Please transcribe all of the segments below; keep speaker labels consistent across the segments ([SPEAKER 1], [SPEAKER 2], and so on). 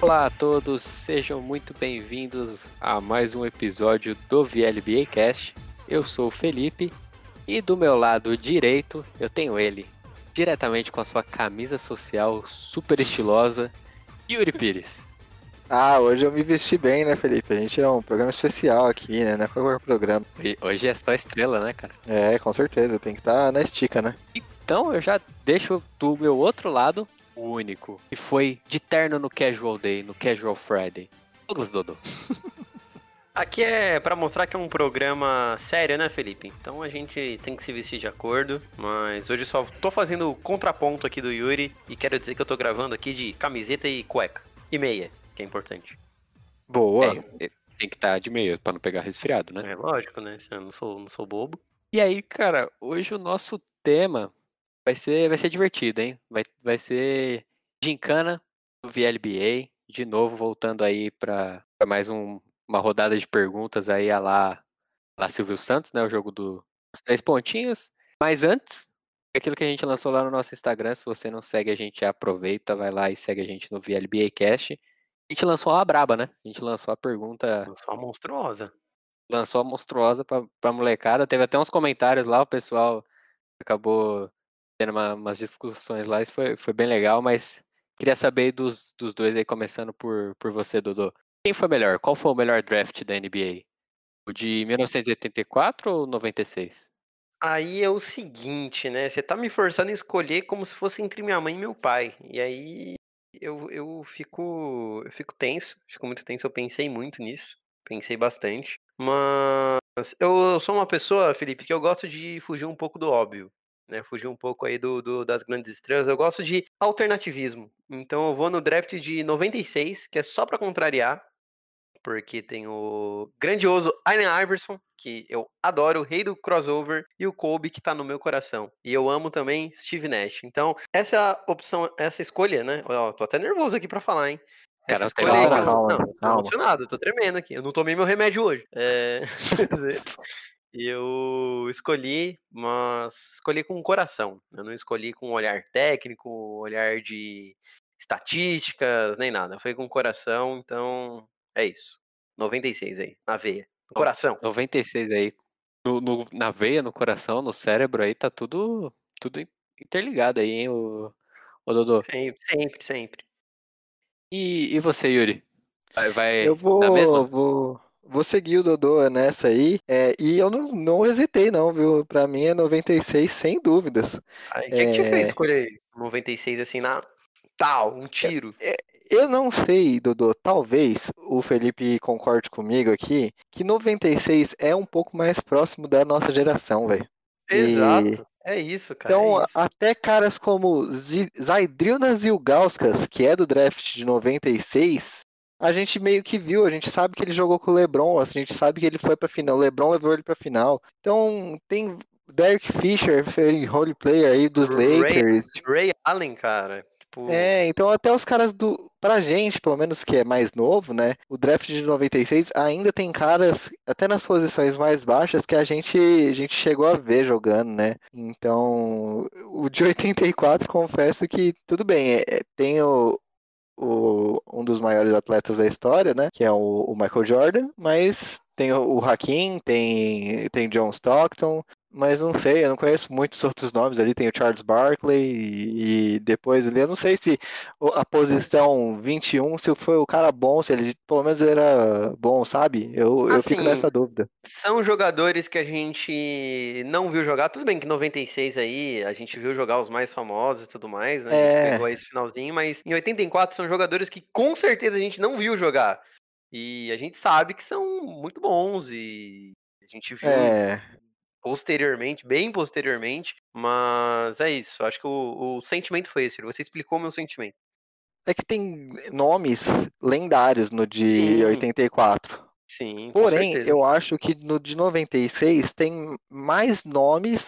[SPEAKER 1] Olá a todos, sejam muito bem-vindos a mais um episódio do VLBA Cast. Eu sou o Felipe e do meu lado direito eu tenho ele, diretamente com a sua camisa social super estilosa, Yuri Pires.
[SPEAKER 2] Ah, hoje eu me vesti bem, né, Felipe? A gente é um programa especial aqui, né? Não é qualquer programa.
[SPEAKER 1] E hoje é só estrela, né, cara?
[SPEAKER 2] É, com certeza, tem que estar na estica, né?
[SPEAKER 1] Então eu já deixo do meu outro lado o único. E foi de terno no Casual Day, no Casual Friday. Douglas Dodô.
[SPEAKER 3] Aqui é pra mostrar que é um programa sério, né, Felipe? Então a gente tem que se vestir de acordo. Mas hoje eu só tô fazendo o contraponto aqui do Yuri. E quero dizer que eu tô gravando aqui de camiseta e cueca. E meia, que é importante.
[SPEAKER 2] Boa.
[SPEAKER 1] É, tem que estar de meia pra não pegar resfriado, né?
[SPEAKER 3] É lógico, né? Eu não sou, não sou bobo.
[SPEAKER 1] E aí, cara, hoje o nosso tema vai ser, vai ser divertido, hein? Vai, vai ser gincana do VLBA, de novo voltando aí para mais um- uma rodada de perguntas aí a lá, lá Silvio Santos, né? O jogo do- dos três pontinhos. Mas antes, aquilo que a gente lançou lá no nosso Instagram, se você não segue a gente, aproveita, vai lá e segue a gente no VLBA Cast. A gente lançou uma braba, né? A gente lançou a pergunta
[SPEAKER 3] Eu sou uma monstruosa.
[SPEAKER 1] lançou a monstruosa pra, pra molecada. Teve até uns comentários lá, o pessoal acabou tendo uma- umas discussões lá, isso foi, foi bem legal, mas queria saber dos, dos dois aí, começando por, por você, Dodô. Quem foi melhor? Qual foi o melhor draft da NBA? O de 1984 ou 96?
[SPEAKER 3] Aí é o seguinte, né? Você tá me forçando a escolher como se fosse entre minha mãe e meu pai. E aí eu, eu fico eu fico tenso, fico muito tenso. Eu pensei muito nisso, pensei bastante. Mas eu sou uma pessoa, Felipe, que eu gosto de fugir um pouco do óbvio, né? Fugir um pouco aí do, do- das grandes estrelas. Eu gosto de alternativismo. Então eu vou no draft de 96, que é só pra contrariar. Porque tem o grandioso Allen Iverson, que eu adoro, o rei do crossover, e o Kobe, que tá no meu coração. E eu amo também Steve Nash. Então, essa é a opção, essa escolha, né? Ó, tô até nervoso aqui pra falar, hein?
[SPEAKER 1] Cara,
[SPEAKER 3] Essa
[SPEAKER 1] não tá
[SPEAKER 3] escolha aí que eu-
[SPEAKER 2] emocionado.
[SPEAKER 3] não, eu tô
[SPEAKER 2] Calma.
[SPEAKER 3] emocionado, tô tremendo aqui. Eu não tomei meu remédio hoje. É, quer dizer, eu escolhi, mas escolhi com o coração. Eu não escolhi com um olhar técnico, olhar de estatísticas, nem nada. Foi com o coração, então é isso. 96 aí, na veia. No coração.
[SPEAKER 1] 96 aí, no, no- na veia, no coração, no cérebro aí, tá tudo, tudo in- interligado aí, hein, o, o Dodô.
[SPEAKER 3] Sempre, sempre, sempre.
[SPEAKER 1] E, e você, Yuri? Vai, vai
[SPEAKER 2] Eu vou,
[SPEAKER 1] na mesma?
[SPEAKER 2] vou, vou seguir o Dodô nessa aí. É, e eu não, não hesitei, não, viu? Pra mim é 96, sem dúvidas.
[SPEAKER 3] Aí, O que, é... que te
[SPEAKER 2] É.
[SPEAKER 3] fez escolher 96 assim na tal, um tiro?
[SPEAKER 2] Eu não sei, Dodô, talvez o Felipe concorde comigo aqui, que 96 é um pouco mais próximo da nossa geração, velho. E-
[SPEAKER 3] Exato. É isso, cara.
[SPEAKER 2] Então,
[SPEAKER 3] é
[SPEAKER 2] a-
[SPEAKER 3] isso.
[SPEAKER 2] até caras como Zi- Zaidrionas Zilgauskas, que é do draft de 96, a gente meio que viu, a gente sabe que ele jogou com o LeBron, assim, a gente sabe que ele foi pra final, o LeBron levou ele pra final. Então, tem Derek Fisher, foi role player aí dos
[SPEAKER 3] Ray-
[SPEAKER 2] Lakers.
[SPEAKER 3] Ray Allen, cara. Tipo,
[SPEAKER 2] É, então até os caras do. Pra gente, pelo menos que é mais novo, né? O draft de 96 ainda tem caras, até nas posições mais baixas, que a gente, a gente chegou a ver jogando, né? Então, o de 84, confesso que tudo bem, é- é- tem o, o- um dos maiores atletas da história, né? Que é o, o Michael Jordan, mas tem o, o Hakim, tem, tem John Stockton. Mas não sei, eu não conheço muitos outros nomes ali. Tem o Charles Barkley e, e depois ali. Eu não sei se o- a posição 21, se foi o cara bom, se ele pelo menos era bom, sabe? Eu, eu fico
[SPEAKER 3] Assim,
[SPEAKER 2] nessa dúvida.
[SPEAKER 3] São jogadores que a gente não viu jogar. Tudo bem que 96 aí a gente viu jogar os mais famosos e tudo mais, né? A gente
[SPEAKER 2] É.
[SPEAKER 3] pegou esse finalzinho, mas em 84 são jogadores que com certeza a gente não viu jogar. E a gente sabe que são muito bons e a gente viu
[SPEAKER 2] É,
[SPEAKER 3] posteriormente, bem posteriormente, mas é isso. Acho que o, o sentimento foi esse. Yuri. Você explicou meu sentimento.
[SPEAKER 2] é que tem nomes lendários no de
[SPEAKER 3] Sim.
[SPEAKER 2] 84.
[SPEAKER 3] Sim, com
[SPEAKER 2] Porém,
[SPEAKER 3] certeza.
[SPEAKER 2] eu acho que no de 96 tem mais nomes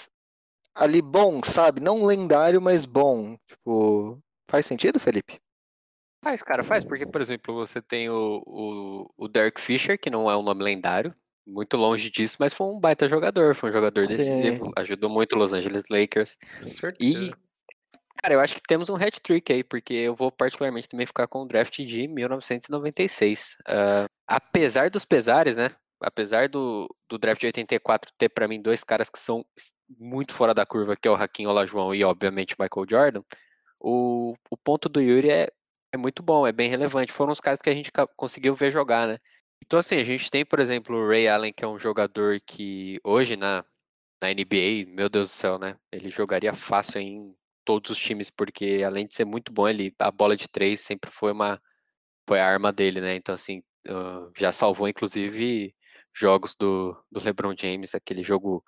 [SPEAKER 2] ali bons, sabe? Não lendário, mas bom. Tipo, faz sentido, Felipe?
[SPEAKER 1] Faz, cara, faz, porque, por exemplo, você tem o, o, o Derek Fisher, que não é um nome lendário, muito longe disso, mas foi um baita jogador, foi um jogador
[SPEAKER 2] Sim.
[SPEAKER 1] decisivo, ajudou muito o Los Angeles Lakers.
[SPEAKER 3] Com certeza.
[SPEAKER 1] E Cara, eu acho que temos um hat-trick aí, porque eu vou particularmente também ficar com o draft de 1996. Ah, apesar dos pesares, né? Apesar do, do draft de 84 ter pra mim dois caras que são muito fora da curva, que é o Raquinho Olajuwon e, obviamente, o Michael Jordan, o, o ponto do Yuri é, é muito bom, é bem relevante. Foram os caras que a gente ca- conseguiu ver jogar, né? Então, assim, a gente tem, por exemplo, o Ray Allen, que é um jogador que hoje na, na NBA, meu Deus do céu, né? Ele jogaria fácil em todos os times, porque além de ser muito bom, ele, a bola de três sempre foi uma foi a arma dele, né? Então, assim, ah, já salvou, inclusive, jogos do, do LeBron James, aquele jogo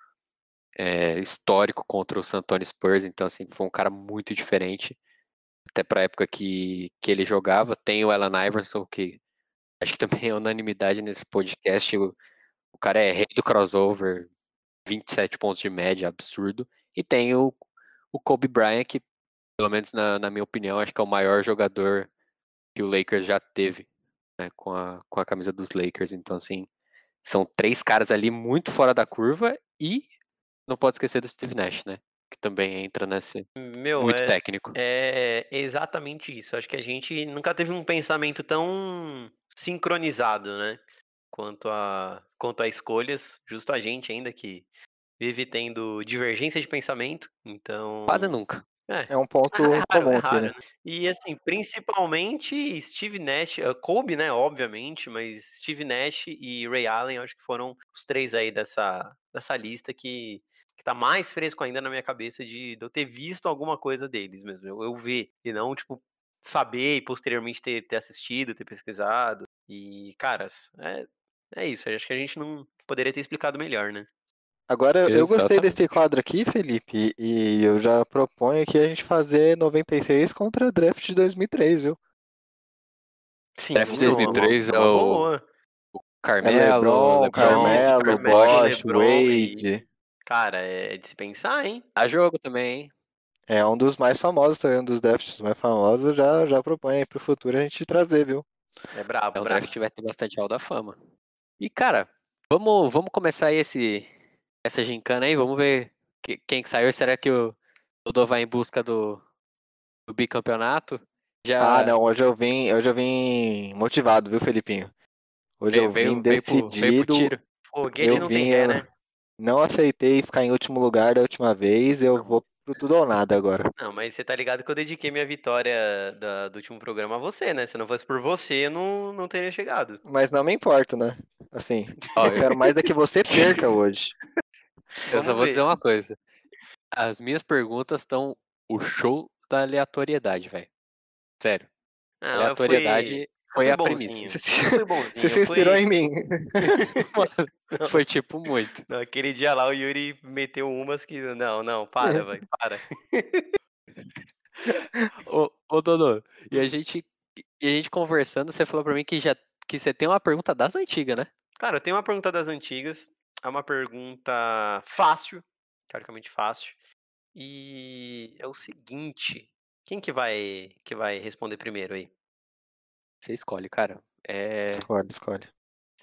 [SPEAKER 1] eh, histórico contra o San Antonio Spurs. Então, assim, foi um cara muito diferente, até para a época que, que ele jogava. Tem o Alan Iverson, que acho que também é unanimidade nesse podcast. O, o cara é rei do crossover, 27 pontos de média, absurdo. E tem o o Kobe Bryant, que, pelo menos na, na minha opinião, acho que é o maior jogador que o Lakers já teve, né, com a, com a camisa dos Lakers. Então, assim, são três caras ali muito fora da curva e não pode esquecer do Steve Nash, né? Que também entra nesse.
[SPEAKER 3] Meu,
[SPEAKER 1] Muito
[SPEAKER 3] é,
[SPEAKER 1] técnico.
[SPEAKER 3] É exatamente isso. Acho que a gente nunca teve um pensamento tão sincronizado, né? Quanto a, quanto a escolhas, justo a gente ainda que vive tendo divergência de pensamento. Então.
[SPEAKER 1] Quase nunca.
[SPEAKER 2] É um ponto
[SPEAKER 3] é
[SPEAKER 1] Tá
[SPEAKER 3] raro,
[SPEAKER 2] comum
[SPEAKER 3] é
[SPEAKER 2] aqui,
[SPEAKER 3] raro,
[SPEAKER 2] né?
[SPEAKER 3] né? E assim, principalmente Steve Nash, eh, Kobe, né, obviamente, mas Steve Nash e Ray Allen, eu acho que foram os três aí dessa, dessa lista que, que tá mais fresco ainda na minha cabeça de, de eu ter visto alguma coisa deles mesmo. Eu, eu ver, e não, tipo, saber e posteriormente ter, ter assistido, ter pesquisado. E, caras, é, é isso. eu Acho que a gente não poderia ter explicado melhor, né?
[SPEAKER 2] Agora, eu gostei
[SPEAKER 1] Exatamente.
[SPEAKER 2] desse quadro aqui, Felipe, e eu já proponho aqui a gente fazer 96 contra draft de 2003, viu?
[SPEAKER 3] Sim,
[SPEAKER 1] Draft de
[SPEAKER 3] é uma- uma
[SPEAKER 1] 2003 é o-
[SPEAKER 3] boa.
[SPEAKER 1] Carmelo,
[SPEAKER 2] É, LeBron,
[SPEAKER 1] LeBron,
[SPEAKER 2] Carmelo,
[SPEAKER 1] Chris
[SPEAKER 3] Carmelo,
[SPEAKER 1] Bosh.
[SPEAKER 2] Bosh,
[SPEAKER 3] LeBron e-
[SPEAKER 2] Wade.
[SPEAKER 3] Cara, é de se pensar, hein?
[SPEAKER 1] Há jogo também, hein?
[SPEAKER 2] É um dos mais famosos também, um dos drafts mais famosos. Já, já propõe aí pro futuro a gente trazer, viu?
[SPEAKER 3] É brabo,
[SPEAKER 1] É um
[SPEAKER 3] brabo.
[SPEAKER 1] draft que vai ter bastante hall da fama. E, cara, vamos, vamos começar aí esse, essa gincana aí, vamos ver que- quem que saiu. Será que o Dodô vai em busca do, do bicampeonato? Já
[SPEAKER 2] Ah, não, hoje eu vim, hoje eu vim motivado, viu, Felipinho? Hoje
[SPEAKER 1] veio,
[SPEAKER 2] eu
[SPEAKER 1] veio,
[SPEAKER 2] vim
[SPEAKER 1] veio pro, veio pro
[SPEAKER 2] decidido,
[SPEAKER 1] tiro.
[SPEAKER 3] Foguete
[SPEAKER 2] eu
[SPEAKER 3] não tem
[SPEAKER 2] vim,
[SPEAKER 3] ré,
[SPEAKER 2] eu-
[SPEAKER 3] né?
[SPEAKER 2] não aceitei ficar em último lugar da última vez, eu vou pro tudo ou nada agora.
[SPEAKER 3] Não, mas você tá ligado que eu dediquei minha vitória da- do último programa a você, né? Se não fosse por você, eu não, não teria chegado.
[SPEAKER 2] Mas não me importo, né? Assim,
[SPEAKER 1] Ó,
[SPEAKER 2] eu quero mais é que você perca hoje.
[SPEAKER 1] Eu só
[SPEAKER 3] Vamos
[SPEAKER 1] vou dizer
[SPEAKER 3] ver.
[SPEAKER 1] uma coisa. As minhas perguntas estão o show da aleatoriedade, velho. Sério.
[SPEAKER 3] Ah, eu fui-
[SPEAKER 1] aleatoriedade foi
[SPEAKER 3] fui
[SPEAKER 1] a premissa.
[SPEAKER 2] Você se,
[SPEAKER 3] bonzinho. Eu fui bonzinho.
[SPEAKER 2] você se
[SPEAKER 3] eu
[SPEAKER 2] inspirou
[SPEAKER 3] fui-
[SPEAKER 2] em mim.
[SPEAKER 3] Não.
[SPEAKER 1] Foi tipo muito.
[SPEAKER 3] Não, aquele dia lá o Yuri meteu umas que. Não, não, para, vai, para.
[SPEAKER 1] Ô, ô Dodô, e a gente, e a gente conversando, você falou pra mim que já que você tem uma pergunta das antigas, né?
[SPEAKER 3] Cara, eu tenho uma pergunta das antigas. É uma pergunta fácil, teoricamente fácil. E é o seguinte. Quem que vai que vai responder primeiro aí?
[SPEAKER 1] Você escolhe, cara. É,
[SPEAKER 2] Escolhe, escolhe.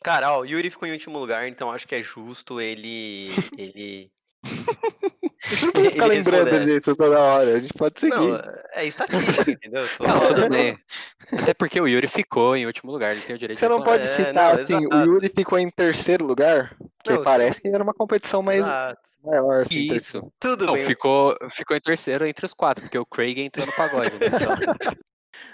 [SPEAKER 3] Cara, ó, o Yuri ficou em último lugar, então acho que é justo ele. ele...
[SPEAKER 2] Você não precisa ficar
[SPEAKER 3] Ele respondeu,
[SPEAKER 2] lembrando disso toda hora, a gente pode
[SPEAKER 3] Não,
[SPEAKER 2] seguir.
[SPEAKER 3] é estatística, entendeu? Tô-
[SPEAKER 1] Não, tudo
[SPEAKER 3] tô-
[SPEAKER 1] bem. Até porque o Yuri ficou em último lugar, ele tem o direito
[SPEAKER 2] Você
[SPEAKER 1] de
[SPEAKER 2] não
[SPEAKER 1] reclamar.
[SPEAKER 2] pode
[SPEAKER 3] É,
[SPEAKER 2] citar
[SPEAKER 3] não,
[SPEAKER 2] assim, o
[SPEAKER 3] exato.
[SPEAKER 2] Yuri ficou em terceiro lugar? Porque
[SPEAKER 3] Não, você
[SPEAKER 2] parece que era uma competição mais
[SPEAKER 3] Ah,
[SPEAKER 2] maior. Assim, ter-
[SPEAKER 1] Isso.
[SPEAKER 3] tudo
[SPEAKER 1] Não,
[SPEAKER 3] bem.
[SPEAKER 1] ficou, ficou em terceiro entre os quatro, porque o Craig entrou no pagode. Né? Então, assim,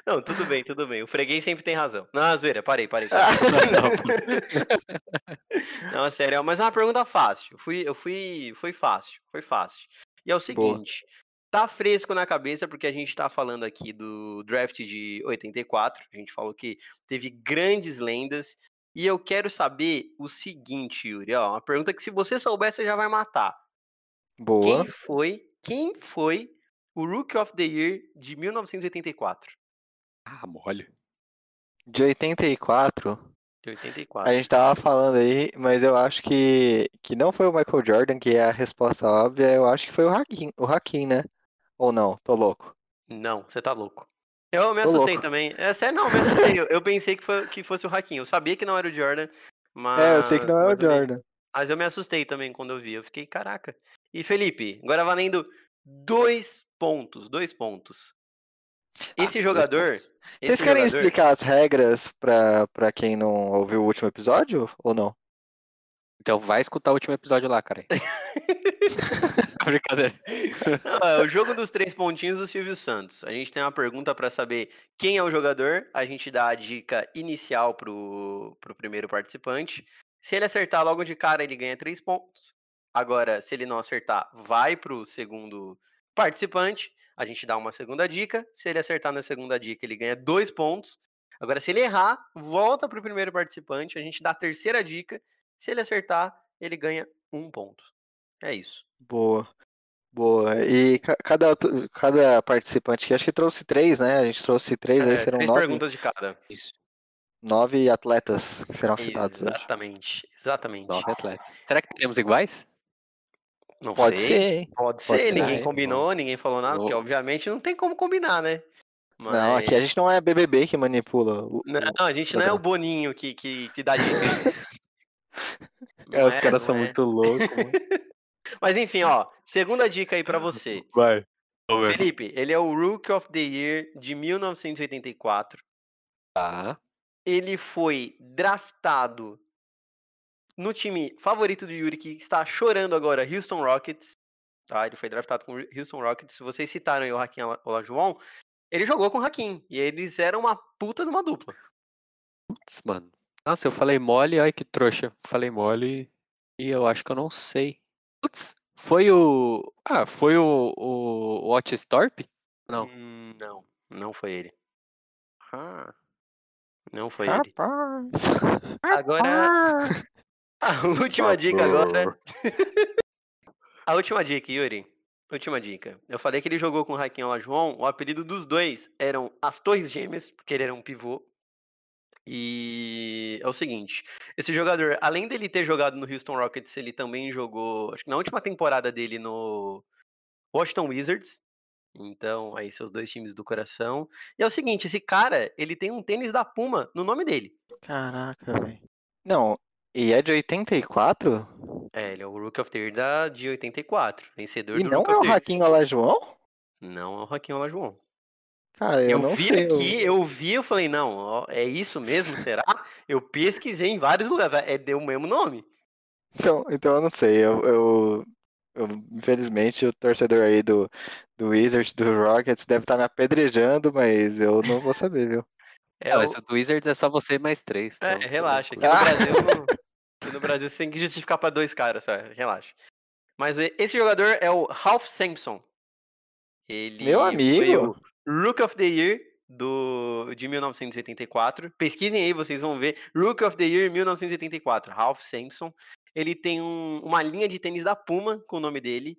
[SPEAKER 3] Não, tudo bem, tudo bem. O freguês sempre tem razão. Não, é zoeira, parei, parei.
[SPEAKER 1] não, não.
[SPEAKER 3] Não, é sério, mas é uma pergunta fácil. Eu fui, eu fui, foi fácil, foi fácil. E é o seguinte, tá fresco na cabeça porque a gente tá falando aqui do draft de 84, a gente falou que teve grandes lendas, e eu quero saber o seguinte, Yuri, ó, uma pergunta que se você souber, você já vai matar.
[SPEAKER 2] Boa.
[SPEAKER 3] Quem foi, quem foi o Rookie of the Year de 1984?
[SPEAKER 1] Ah, mole.
[SPEAKER 2] De 84,
[SPEAKER 3] De
[SPEAKER 2] a
[SPEAKER 3] 84.
[SPEAKER 2] gente tava falando aí, mas eu acho que, que não foi o Michael Jordan, que é a resposta óbvia, eu acho que foi o Hakim, o Hakim, né? Ou não, tô louco.
[SPEAKER 3] Não, você tá louco. Eu me
[SPEAKER 2] Tô
[SPEAKER 3] assustei
[SPEAKER 2] louco.
[SPEAKER 3] também. É sério, não, me assustei. Eu, eu pensei que, foi- que fosse o Raquinho. Eu sabia que não era o Jordan, mas.
[SPEAKER 2] É, eu sei que não é o
[SPEAKER 3] Ah, mas eu me-
[SPEAKER 2] Jordan.
[SPEAKER 3] mas eu me assustei também quando eu vi. Eu fiquei, caraca. E Felipe, agora valendo Dois pontos, dois pontos. Esse jogador.
[SPEAKER 1] Dois pontos.
[SPEAKER 3] Esse
[SPEAKER 2] Ah, Vocês querem
[SPEAKER 3] jogador-
[SPEAKER 2] explicar as regras pra, pra quem não ouviu o último episódio ou não?
[SPEAKER 1] Então vai escutar o último episódio lá, cara. Brincadeira.
[SPEAKER 3] Não, é o jogo dos três pontinhos do Silvio Santos. A gente tem uma pergunta pra saber quem é o jogador. A gente dá a dica inicial pro, pro primeiro participante. Se ele acertar logo de cara, ele ganha três pontos. Agora, se ele não acertar, vai pro segundo participante. A gente dá uma segunda dica. Se ele acertar na segunda dica, ele ganha dois pontos. Agora, se ele errar, volta pro primeiro participante. A gente dá a terceira dica. Se ele acertar, ele ganha um ponto. É isso.
[SPEAKER 2] Boa. Boa. E ca- cada, tu- cada participante que acho que trouxe três, né? A gente trouxe três, aí
[SPEAKER 3] É,
[SPEAKER 2] serão
[SPEAKER 3] três
[SPEAKER 2] nove,
[SPEAKER 3] perguntas de cada.
[SPEAKER 1] Isso.
[SPEAKER 2] nove atletas que serão citados hoje.
[SPEAKER 3] Exatamente, exatamente.
[SPEAKER 1] Nove atletas. Será que teremos iguais?
[SPEAKER 3] Não
[SPEAKER 2] Pode
[SPEAKER 3] sei,
[SPEAKER 2] ser, hein?
[SPEAKER 3] Pode ser,
[SPEAKER 2] Pode ser,
[SPEAKER 3] ninguém
[SPEAKER 1] é,
[SPEAKER 3] combinou, ninguém falou nada, porque
[SPEAKER 1] Vou-
[SPEAKER 3] obviamente não tem como combinar, né?
[SPEAKER 2] Não, aqui a gente não é BBB que manipula. o- o-
[SPEAKER 3] Não, a gente não é o
[SPEAKER 2] Programa.
[SPEAKER 3] Boninho que, que, que dá dica.
[SPEAKER 1] É,
[SPEAKER 3] Não
[SPEAKER 1] os caras
[SPEAKER 3] não
[SPEAKER 1] são
[SPEAKER 3] é.
[SPEAKER 1] muito loucos. mano.
[SPEAKER 3] Mas enfim, ó, segunda dica aí pra você.
[SPEAKER 1] Vai.
[SPEAKER 3] Felipe, ele é o Rook of the Year de 1984.
[SPEAKER 1] Tá.
[SPEAKER 3] ele foi draftado no time favorito do Yuri, que está chorando agora, Houston Rockets. Tá? Ele foi draftado com o Houston Rockets. Se vocês citaram aí o Hakim Ola- Olajuwon, ele jogou com o Hakim. E eles eram uma puta de uma dupla.
[SPEAKER 1] Putz, mano. Nossa, eu falei mole, ai que trouxa. Falei mole e eu acho que eu não sei. Putz, foi o. Ah, foi o, o, o Otis Thorpe? Não.
[SPEAKER 3] Hum, Não, não foi ele. Tá, Não foi ele.
[SPEAKER 2] Rapaz.
[SPEAKER 3] tá, Agora, a última dica agora. A última dica, Yuri. Última dica. Eu falei que ele jogou com o Hakim Olajuwon. O apelido dos dois eram as Torres Gêmeas, porque ele era um pivô. E é o seguinte, esse jogador, além dele ter jogado no Houston Rockets, ele também jogou, acho que na última temporada dele no Washington Wizards. Então, aí seus dois times do coração. E é o seguinte, esse cara, ele tem um tênis da Puma no nome dele.
[SPEAKER 2] Caraca, velho. Não, e é de 84?
[SPEAKER 3] É, ele é o Rookie of the Year da, de 84, vencedor
[SPEAKER 2] E
[SPEAKER 3] do
[SPEAKER 2] não
[SPEAKER 3] Rookie
[SPEAKER 2] é o
[SPEAKER 3] of the Year.
[SPEAKER 2] Raquinho Olajuwon?
[SPEAKER 3] Não é o Hakim Olajuwon.
[SPEAKER 2] Cara, eu,
[SPEAKER 3] Eu,
[SPEAKER 2] não
[SPEAKER 3] vi
[SPEAKER 2] sei. eu-
[SPEAKER 3] aqui, eu... vi, eu falei, não, ó, é isso mesmo, será? Eu pesquisei em vários lugares, vai- é deu o mesmo nome.
[SPEAKER 2] Então, então eu não sei. Eu, eu, eu- infelizmente, o torcedor aí do, do Wizards, do Rockets, deve estar me apedrejando, mas eu não vou saber, viu?
[SPEAKER 3] É,
[SPEAKER 1] É,
[SPEAKER 3] o-
[SPEAKER 1] mas o do Wizards é só você e mais três.
[SPEAKER 3] é,
[SPEAKER 1] então, tá
[SPEAKER 3] relaxa, aqui
[SPEAKER 1] tranquilo.
[SPEAKER 3] no,
[SPEAKER 2] Ah.
[SPEAKER 3] Brasil, não- aqui no Brasil você tem que justificar pra dois caras, só, relaxa. Mas e- esse jogador é o Ralph Sampson. Ele
[SPEAKER 2] Meu
[SPEAKER 3] foi
[SPEAKER 2] amigo!
[SPEAKER 3] o Rook of the Year do, de 1984. Pesquisem aí, vocês vão ver. Rook of the Year 1984, Ralph Sampson. Ele tem um- uma linha de tênis da Puma com o nome dele.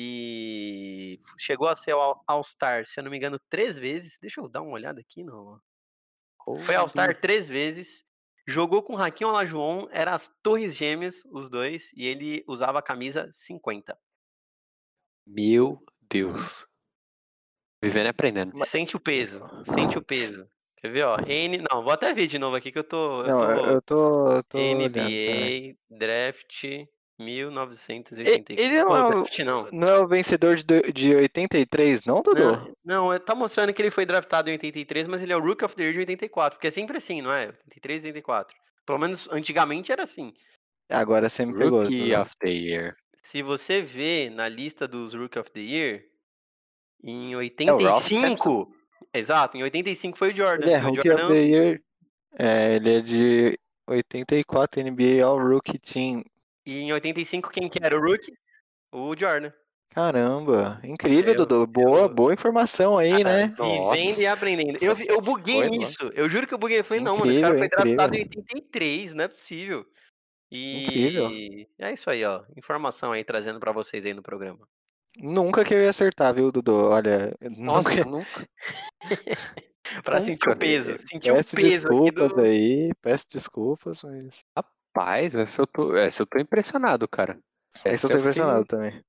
[SPEAKER 3] Ele chegou a ser All- All-Star, se eu não me engano, três vezes. Deixa eu dar uma olhada aqui no. Foi All-Star três vezes. Jogou com o Raquinho Olajuwon, era as Torres Gêmeas, os dois, e ele usava a camisa 50.
[SPEAKER 1] Meu Deus. Vivendo e aprendendo.
[SPEAKER 3] Sente o peso, sente o peso. Quer ver, ó? N. Não, vou até ver de novo aqui que eu tô. Eu
[SPEAKER 2] Não,
[SPEAKER 3] tô...
[SPEAKER 2] eu, eu tô, eu tô olhando, peraí.
[SPEAKER 3] NBA Draft 1984.
[SPEAKER 2] E- ele não é
[SPEAKER 3] Pô,
[SPEAKER 2] o-
[SPEAKER 3] draft não. né?
[SPEAKER 2] Não é o vencedor de, do- de 83, não, Dudu?
[SPEAKER 3] Não, não, é- tá mostrando que ele foi draftado em 83, mas ele é o Rookie of the Year de 84, porque é sempre assim, não é? 83 e 84. Pelo menos antigamente era assim.
[SPEAKER 2] Agora você me pegou.
[SPEAKER 1] Rookie
[SPEAKER 2] Dudu.
[SPEAKER 1] of the Year.
[SPEAKER 3] Se você vê na lista dos Rookie of the Year, em
[SPEAKER 2] É o Ralph
[SPEAKER 3] 85. Exato, em 85 foi o Jordan.
[SPEAKER 2] Ele é
[SPEAKER 3] e o
[SPEAKER 2] Rookie of
[SPEAKER 3] Jordan
[SPEAKER 2] the Year. É, ele é de 84 NBA All é Rookie Team.
[SPEAKER 3] E em 85, quem que era o Rookie? O Jordan.
[SPEAKER 2] Caramba, incrível,
[SPEAKER 3] Eu-
[SPEAKER 2] Dudu. Boa,
[SPEAKER 3] eu-
[SPEAKER 2] boa informação aí, né?
[SPEAKER 3] Vivendo e
[SPEAKER 1] Nossa.
[SPEAKER 3] aprendendo. Eu, vi- eu buguei
[SPEAKER 1] Foi, mano.
[SPEAKER 3] nisso. Eu juro que eu buguei. Eu falei, não, mano, esse cara foi
[SPEAKER 2] Incrível,
[SPEAKER 3] draftado em 83, não é possível. E
[SPEAKER 2] Incrível.
[SPEAKER 3] é isso aí, ó. Informação aí trazendo pra vocês aí no programa.
[SPEAKER 2] Nunca que eu ia acertar, viu, Dudu? Olha, eu nunca.
[SPEAKER 1] Nossa, nunca.
[SPEAKER 3] Pra sentir o
[SPEAKER 1] Nunca,
[SPEAKER 3] peso. Sentir o
[SPEAKER 2] Peço
[SPEAKER 3] um peso aqui
[SPEAKER 2] desculpas
[SPEAKER 3] do.
[SPEAKER 2] aí, peço desculpas, mas. é
[SPEAKER 1] Rapaz, essa eu tô, essa eu tô impressionado, cara.
[SPEAKER 2] Essa eu tô
[SPEAKER 1] eu fiquei-
[SPEAKER 2] impressionado também.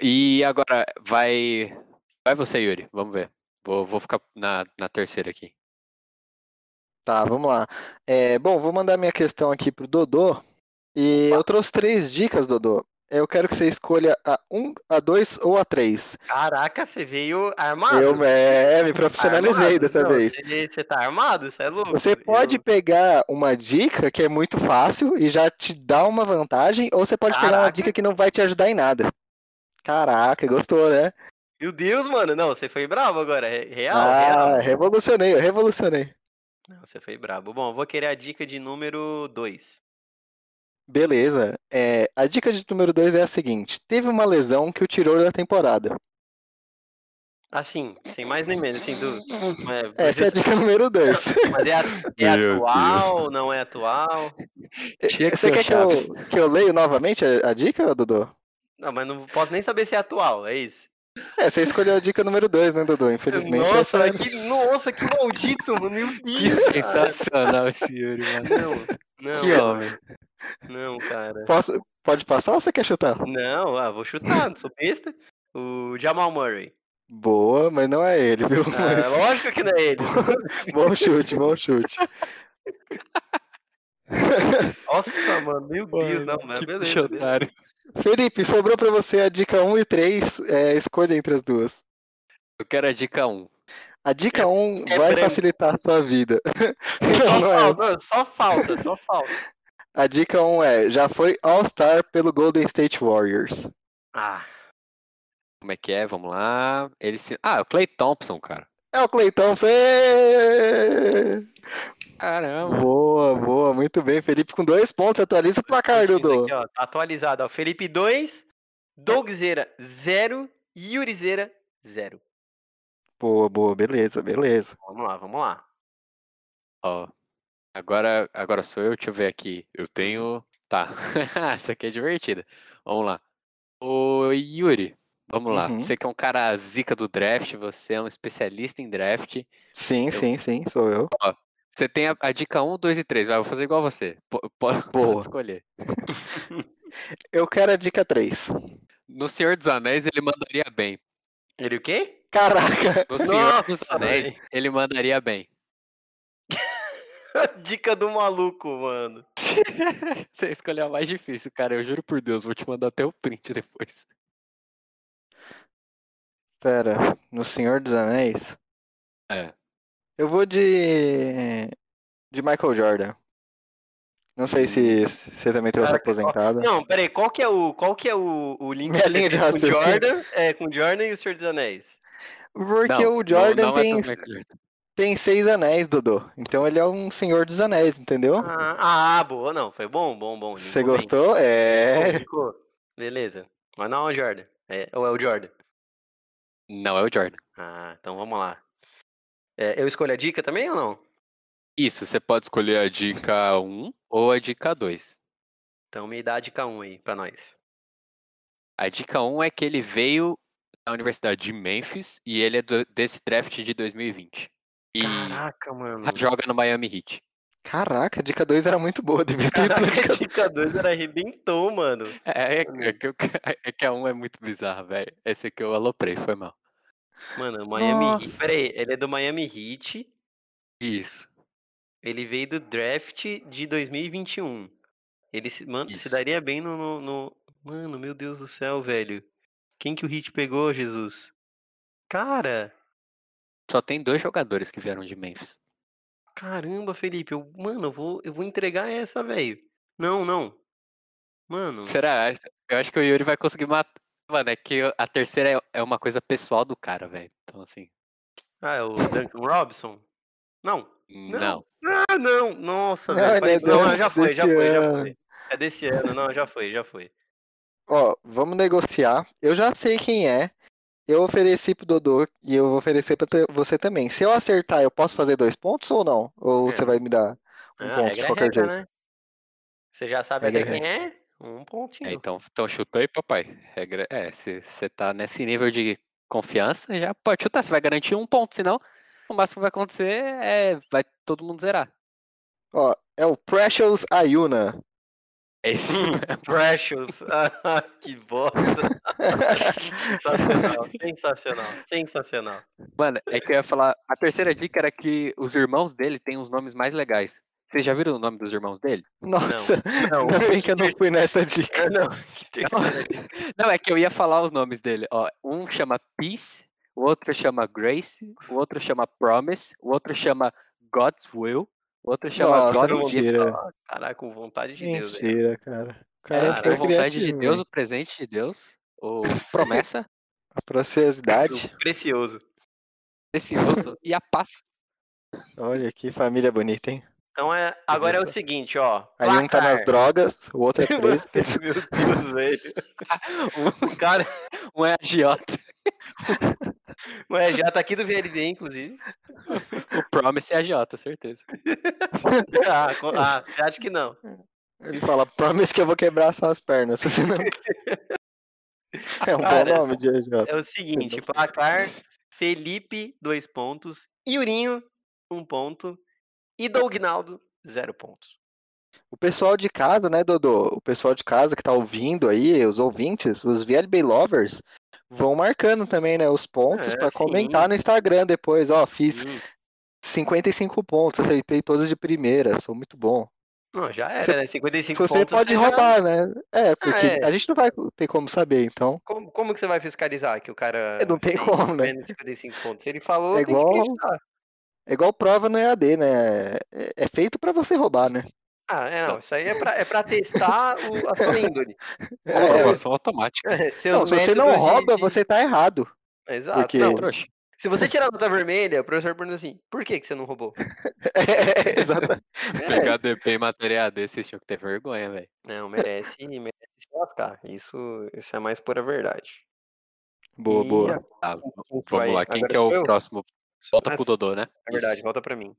[SPEAKER 1] E agora, vai. Vai você, Yuri. Vamos ver. Vou, vou ficar na, na terceira aqui.
[SPEAKER 2] Tá, vamos lá. É, bom, vou mandar minha questão aqui pro Dodô. E eu trouxe três dicas, Dodô. Eu quero que você escolha a 1, a 2 ou a 3.
[SPEAKER 3] Caraca, você veio armado.
[SPEAKER 2] Eu é, me profissionalizei
[SPEAKER 3] Ah, Armado?
[SPEAKER 2] dessa
[SPEAKER 3] Não,
[SPEAKER 2] vez.
[SPEAKER 3] Você, você tá armado, você é louco.
[SPEAKER 2] Você pode pegar uma dica que é muito fácil e já te dá uma vantagem, ou você pode pegar uma
[SPEAKER 3] Caraca.
[SPEAKER 2] dica que não vai te ajudar em nada. Caraca, gostou, né?
[SPEAKER 3] Eu- Meu Deus, mano. Não, você foi bravo agora. é Real,
[SPEAKER 2] ah,
[SPEAKER 3] real.
[SPEAKER 2] revolucionei, eu revolucionei.
[SPEAKER 3] Não, você foi brabo. Bom, eu vou querer a dica de número 2.
[SPEAKER 2] Beleza. É, a dica de número 2 é a seguinte: teve uma lesão que o tirou da temporada.
[SPEAKER 3] Assim, sem mais nem menos, assim, do. é, mas
[SPEAKER 2] Essa é a
[SPEAKER 3] isso-
[SPEAKER 2] dica número 2.
[SPEAKER 3] Mas é, a- é
[SPEAKER 4] Meu
[SPEAKER 3] atual, não é atual?
[SPEAKER 1] Tinha que
[SPEAKER 2] Você
[SPEAKER 1] ser o
[SPEAKER 2] quer que eu,
[SPEAKER 1] Chaves.
[SPEAKER 2] que eu leio novamente a, a dica, Dudu?
[SPEAKER 3] Não, mas não posso nem saber se é atual, é isso?
[SPEAKER 2] É, você escolheu a dica número 2, né, Dudu? Infelizmente. essa
[SPEAKER 3] Nossa,
[SPEAKER 2] é-
[SPEAKER 3] que, nossa, que maldito, mano. Meu
[SPEAKER 1] Que
[SPEAKER 3] Deus.
[SPEAKER 1] sensacional esse Yuri, mano.
[SPEAKER 3] Não, não,
[SPEAKER 1] Que homem.
[SPEAKER 3] não, cara.
[SPEAKER 2] Posso- pode passar ou você quer chutar?
[SPEAKER 3] Não, ah, vou chutar, não sou besta. O Jamal Murray.
[SPEAKER 2] Boa, mas não é ele, viu?
[SPEAKER 3] Ah, lógico que não é ele.
[SPEAKER 2] Bom chute, bom chute.
[SPEAKER 3] Nossa, mano, meu Deus, não, mas
[SPEAKER 1] que
[SPEAKER 3] beleza.
[SPEAKER 1] bicho
[SPEAKER 3] beleza.
[SPEAKER 1] otário.
[SPEAKER 2] Felipe, sobrou pra você a dica 1 e 3, é, escolha entre as duas.
[SPEAKER 1] Eu quero a dica 1.
[SPEAKER 2] A dica 1
[SPEAKER 3] é
[SPEAKER 2] vai
[SPEAKER 3] branco.
[SPEAKER 2] facilitar a sua vida. Não,
[SPEAKER 3] Só
[SPEAKER 2] não é.
[SPEAKER 3] falta, só falta, só falta.
[SPEAKER 2] A dica 1 é: já foi All-Star pelo Golden State Warriors.
[SPEAKER 3] Ah,
[SPEAKER 1] Como é que é? Vamos lá. Ele se... Ah, é o Clay Thompson, cara.
[SPEAKER 2] É o Cleitão, você.
[SPEAKER 1] Caramba.
[SPEAKER 2] Boa, boa, muito bem. Felipe com dois pontos, atualiza o placar,
[SPEAKER 3] Tô vendo
[SPEAKER 2] Dudu.
[SPEAKER 3] Aqui, ó, tá atualizado, ó. Felipe 2, Doug Zera 0, Yuri Zera 0.
[SPEAKER 2] Boa, boa, beleza, beleza.
[SPEAKER 3] Vamos lá, vamos lá.
[SPEAKER 1] Ó. Agora, agora sou eu, deixa eu ver aqui. Eu tenho. Tá. Essa aqui é divertida. Vamos lá. Ô, Yuri. Vamos lá.
[SPEAKER 2] Uhum.
[SPEAKER 1] Você que é um cara zica do draft, você é um especialista em draft.
[SPEAKER 2] Sim, sim, sim, sou eu.
[SPEAKER 1] Você tem a, a dica 1, 2 e 3. Vai, eu vou fazer igual você. Po- po- pode
[SPEAKER 2] Boa.
[SPEAKER 1] escolher.
[SPEAKER 2] Eu quero a dica 3.
[SPEAKER 1] No Senhor dos Anéis, ele mandaria bem.
[SPEAKER 3] Ele o quê?
[SPEAKER 2] Caraca,
[SPEAKER 1] No Senhor dos
[SPEAKER 2] Tá
[SPEAKER 3] Nossa,
[SPEAKER 1] Anéis, ele mandaria bem.
[SPEAKER 3] Dica do maluco, mano.
[SPEAKER 1] Você escolheu a mais difícil, cara. Eu juro por Deus, vou te mandar até o print depois.
[SPEAKER 2] pera, no Senhor dos Anéis?
[SPEAKER 1] É.
[SPEAKER 2] Eu vou de. de Michael Jordan. Não sei
[SPEAKER 1] Hum.
[SPEAKER 2] se se você também trouxe
[SPEAKER 3] Caraca, ó,
[SPEAKER 2] aposentado.
[SPEAKER 3] Não, peraí, qual que é o, qual que é o, o link
[SPEAKER 2] Minha
[SPEAKER 3] que você
[SPEAKER 2] linha de
[SPEAKER 3] fez com o
[SPEAKER 2] raciocínio.
[SPEAKER 3] Jordan? É, com o Jordan e o Senhor dos Anéis.
[SPEAKER 2] Porque
[SPEAKER 1] Não,
[SPEAKER 2] o
[SPEAKER 1] não-
[SPEAKER 2] Jordan
[SPEAKER 1] não é
[SPEAKER 2] tem,
[SPEAKER 1] do Michael Jordan.
[SPEAKER 2] tem seis anéis, Dodô. Então ele é um senhor dos anéis, entendeu?
[SPEAKER 3] Ah, ah, boa, não. Foi bom, bom, bom. linkou
[SPEAKER 2] Você
[SPEAKER 3] bem.
[SPEAKER 2] gostou?
[SPEAKER 3] Bom,
[SPEAKER 2] É.
[SPEAKER 3] linkou. Beleza. Mas não é o Jordan. É, ou é o Jordan?
[SPEAKER 1] Não é o Jordan.
[SPEAKER 3] Ah, então vamos lá. É, eu escolho a dica também ou não?
[SPEAKER 1] Isso, você pode escolher a dica 1 ou a dica 2.
[SPEAKER 3] Então me dá a dica 1 aí pra nós.
[SPEAKER 1] A dica 1 é que ele veio da Universidade de Memphis e ele é do- desse draft de 2020. E
[SPEAKER 3] Caraca, mano.
[SPEAKER 1] joga no Miami Heat.
[SPEAKER 2] Caraca, a dica 2 era muito boa, devia ter ido na
[SPEAKER 3] Caraca,
[SPEAKER 2] dica
[SPEAKER 3] a dica 2 era arrebentou, mano.
[SPEAKER 1] É, é que-
[SPEAKER 2] Hum.
[SPEAKER 1] é que, eu- é que a 1 é muito bizarra, velho. Essa aqui eu aloprei, foi mal.
[SPEAKER 3] Mano, Miami
[SPEAKER 2] Nossa.
[SPEAKER 3] Heat. Pera aí, ele é do Miami Heat.
[SPEAKER 1] Isso.
[SPEAKER 3] Ele veio do draft de 2021. Ele se, mano, se
[SPEAKER 1] Isso.
[SPEAKER 3] daria bem no, no- no- Mano, meu Deus do céu, velho. Quem que o Heat pegou, Jesus? Cara,
[SPEAKER 1] Só tem dois jogadores que vieram de Memphis.
[SPEAKER 3] caramba, Felipe. eu- mano, eu vou, eu vou entregar essa, velho. Não, não. Mano.
[SPEAKER 1] Será? Eu acho que o Yuri vai conseguir matar. Mano, é que a terceira é- é uma coisa pessoal do cara, velho. Então, assim.
[SPEAKER 3] Ah, é o Duncan Robinson? Não.
[SPEAKER 1] Não.
[SPEAKER 3] Ah, não. Nossa,
[SPEAKER 2] Não,
[SPEAKER 3] velho.
[SPEAKER 2] ele é
[SPEAKER 3] falei- Não,
[SPEAKER 2] do-
[SPEAKER 3] já foi, já
[SPEAKER 2] desse
[SPEAKER 3] foi, já
[SPEAKER 2] ano.
[SPEAKER 3] foi. É desse ano, não, já foi, já foi.
[SPEAKER 2] Ó, vamos negociar. Eu já sei quem é. Eu ofereci pro Dodô e eu vou oferecer pra te- você também. Se eu acertar, eu posso fazer dois pontos ou não? Ou
[SPEAKER 3] É.
[SPEAKER 2] você vai me dar um
[SPEAKER 3] Ah,
[SPEAKER 2] ponto de
[SPEAKER 3] regra é
[SPEAKER 2] qualquer
[SPEAKER 3] regra,
[SPEAKER 2] jeito?
[SPEAKER 3] né? Você já sabe
[SPEAKER 2] Regra
[SPEAKER 3] até
[SPEAKER 2] é
[SPEAKER 3] quem é? Um
[SPEAKER 1] É,
[SPEAKER 3] pontinho.
[SPEAKER 1] então, então chuta aí, papai. Regra é, se você tá nesse nível de confiança, já pode chutar. Você vai garantir um ponto, senão o máximo que vai acontecer é vai todo mundo zerar.
[SPEAKER 2] Ó, é o Precious Ayuna.
[SPEAKER 1] É isso.
[SPEAKER 3] Hum. Precious. Ah, que bosta. Sensacional, sensacional, sensacional.
[SPEAKER 1] Mano, é que eu ia falar. A terceira dica era que os irmãos dele têm os nomes mais legais. Vocês já viram o nome dos irmãos dele?
[SPEAKER 2] Nossa,
[SPEAKER 3] Não,
[SPEAKER 2] ainda bem que eu não fui nessa dica.
[SPEAKER 3] Ah, não. Que terceiro.
[SPEAKER 1] Não, é que eu ia falar os nomes dele. Ó, um chama Peace, o outro chama Grace, o outro chama Promise, o outro chama God's Will, o outro chama
[SPEAKER 2] Nossa,
[SPEAKER 1] God's Gift.
[SPEAKER 2] mentira.
[SPEAKER 3] Caraca, com vontade de Deus. velho.
[SPEAKER 2] Mentira, cara. O cara
[SPEAKER 3] Caralho,
[SPEAKER 1] A
[SPEAKER 2] entrou
[SPEAKER 1] é vontade de
[SPEAKER 2] né? criativo,
[SPEAKER 1] Deus,
[SPEAKER 2] hein?
[SPEAKER 1] o presente de Deus, o promessa,
[SPEAKER 2] A preciosidade.
[SPEAKER 3] Precioso.
[SPEAKER 1] precioso e a paz.
[SPEAKER 2] Olha que família bonita, hein?
[SPEAKER 3] Então é, agora é o
[SPEAKER 1] Beleza.
[SPEAKER 3] seguinte, ó.
[SPEAKER 2] Aí um tá nas drogas, o outro é preso.
[SPEAKER 3] Meu Deus, velho. O cara,
[SPEAKER 1] Um é agiota,
[SPEAKER 3] mas já tá aqui do VLB, inclusive.
[SPEAKER 1] o Promise é agiota, certeza.
[SPEAKER 3] Ah, co- ah, eu acho que não.
[SPEAKER 2] Ele fala, promise que eu vou quebrar suas pernas. se você não- É um bom
[SPEAKER 3] Cara,
[SPEAKER 2] nome de AJ.
[SPEAKER 3] É o seguinte, placar, Felipe, dois pontos, Yurinho, um ponto, e Dognaldo, zero pontos.
[SPEAKER 2] O pessoal de casa, né, Dodô? O pessoal de casa que tá ouvindo aí, os ouvintes, os VLB Lovers, vão marcando também, né, os pontos
[SPEAKER 3] É,
[SPEAKER 2] pra
[SPEAKER 3] sim.
[SPEAKER 2] comentar no Instagram depois. Ó, fiz
[SPEAKER 3] Hum.
[SPEAKER 2] 55 pontos, acertei todos de primeira, sou muito bom.
[SPEAKER 3] Não, já era, né? 55
[SPEAKER 2] Se você
[SPEAKER 3] pontos.
[SPEAKER 2] pode
[SPEAKER 3] já-
[SPEAKER 2] roubar, né? É, porque
[SPEAKER 3] é.
[SPEAKER 2] a gente não vai ter como saber, então.
[SPEAKER 3] Como, como que você vai fiscalizar que o cara
[SPEAKER 2] É, Não tem como, né?
[SPEAKER 3] menos 55 pontos? Ele falou,
[SPEAKER 2] É
[SPEAKER 3] tem que
[SPEAKER 2] igual-
[SPEAKER 3] acreditar.
[SPEAKER 2] É igual prova no EAD, né? É, é feito pra você roubar, né?
[SPEAKER 3] Ah, é, não, isso aí é pra, é pra testar o, a sua índole.
[SPEAKER 2] É,
[SPEAKER 1] Uma
[SPEAKER 3] Nossa,
[SPEAKER 1] aprovação automática.
[SPEAKER 2] não,
[SPEAKER 3] Seus
[SPEAKER 2] se você não
[SPEAKER 3] métodos de-
[SPEAKER 2] rouba,
[SPEAKER 3] de-
[SPEAKER 2] você tá errado.
[SPEAKER 3] Exato.
[SPEAKER 2] porque-
[SPEAKER 3] Não,
[SPEAKER 2] Sim.
[SPEAKER 1] Trouxa.
[SPEAKER 3] se você tirar a nota vermelha, o professor pergunta assim, por que, que você não roubou?
[SPEAKER 2] É, exatamente.
[SPEAKER 1] Pegar DP em matéria AD, vocês tinham que ter vergonha, velho.
[SPEAKER 3] Não, merece, merece se lascar. Isso, isso é a mais pura verdade.
[SPEAKER 2] É. Boa,
[SPEAKER 3] E
[SPEAKER 2] boa.
[SPEAKER 3] agora,
[SPEAKER 1] Tá,
[SPEAKER 3] quem que
[SPEAKER 1] vamos
[SPEAKER 3] vai-
[SPEAKER 1] lá, quem
[SPEAKER 3] agora
[SPEAKER 1] que é
[SPEAKER 3] sou
[SPEAKER 1] o
[SPEAKER 3] eu?
[SPEAKER 1] próximo? Volta pro
[SPEAKER 3] Mas-
[SPEAKER 1] Dodô, né?
[SPEAKER 3] É verdade, volta pra mim.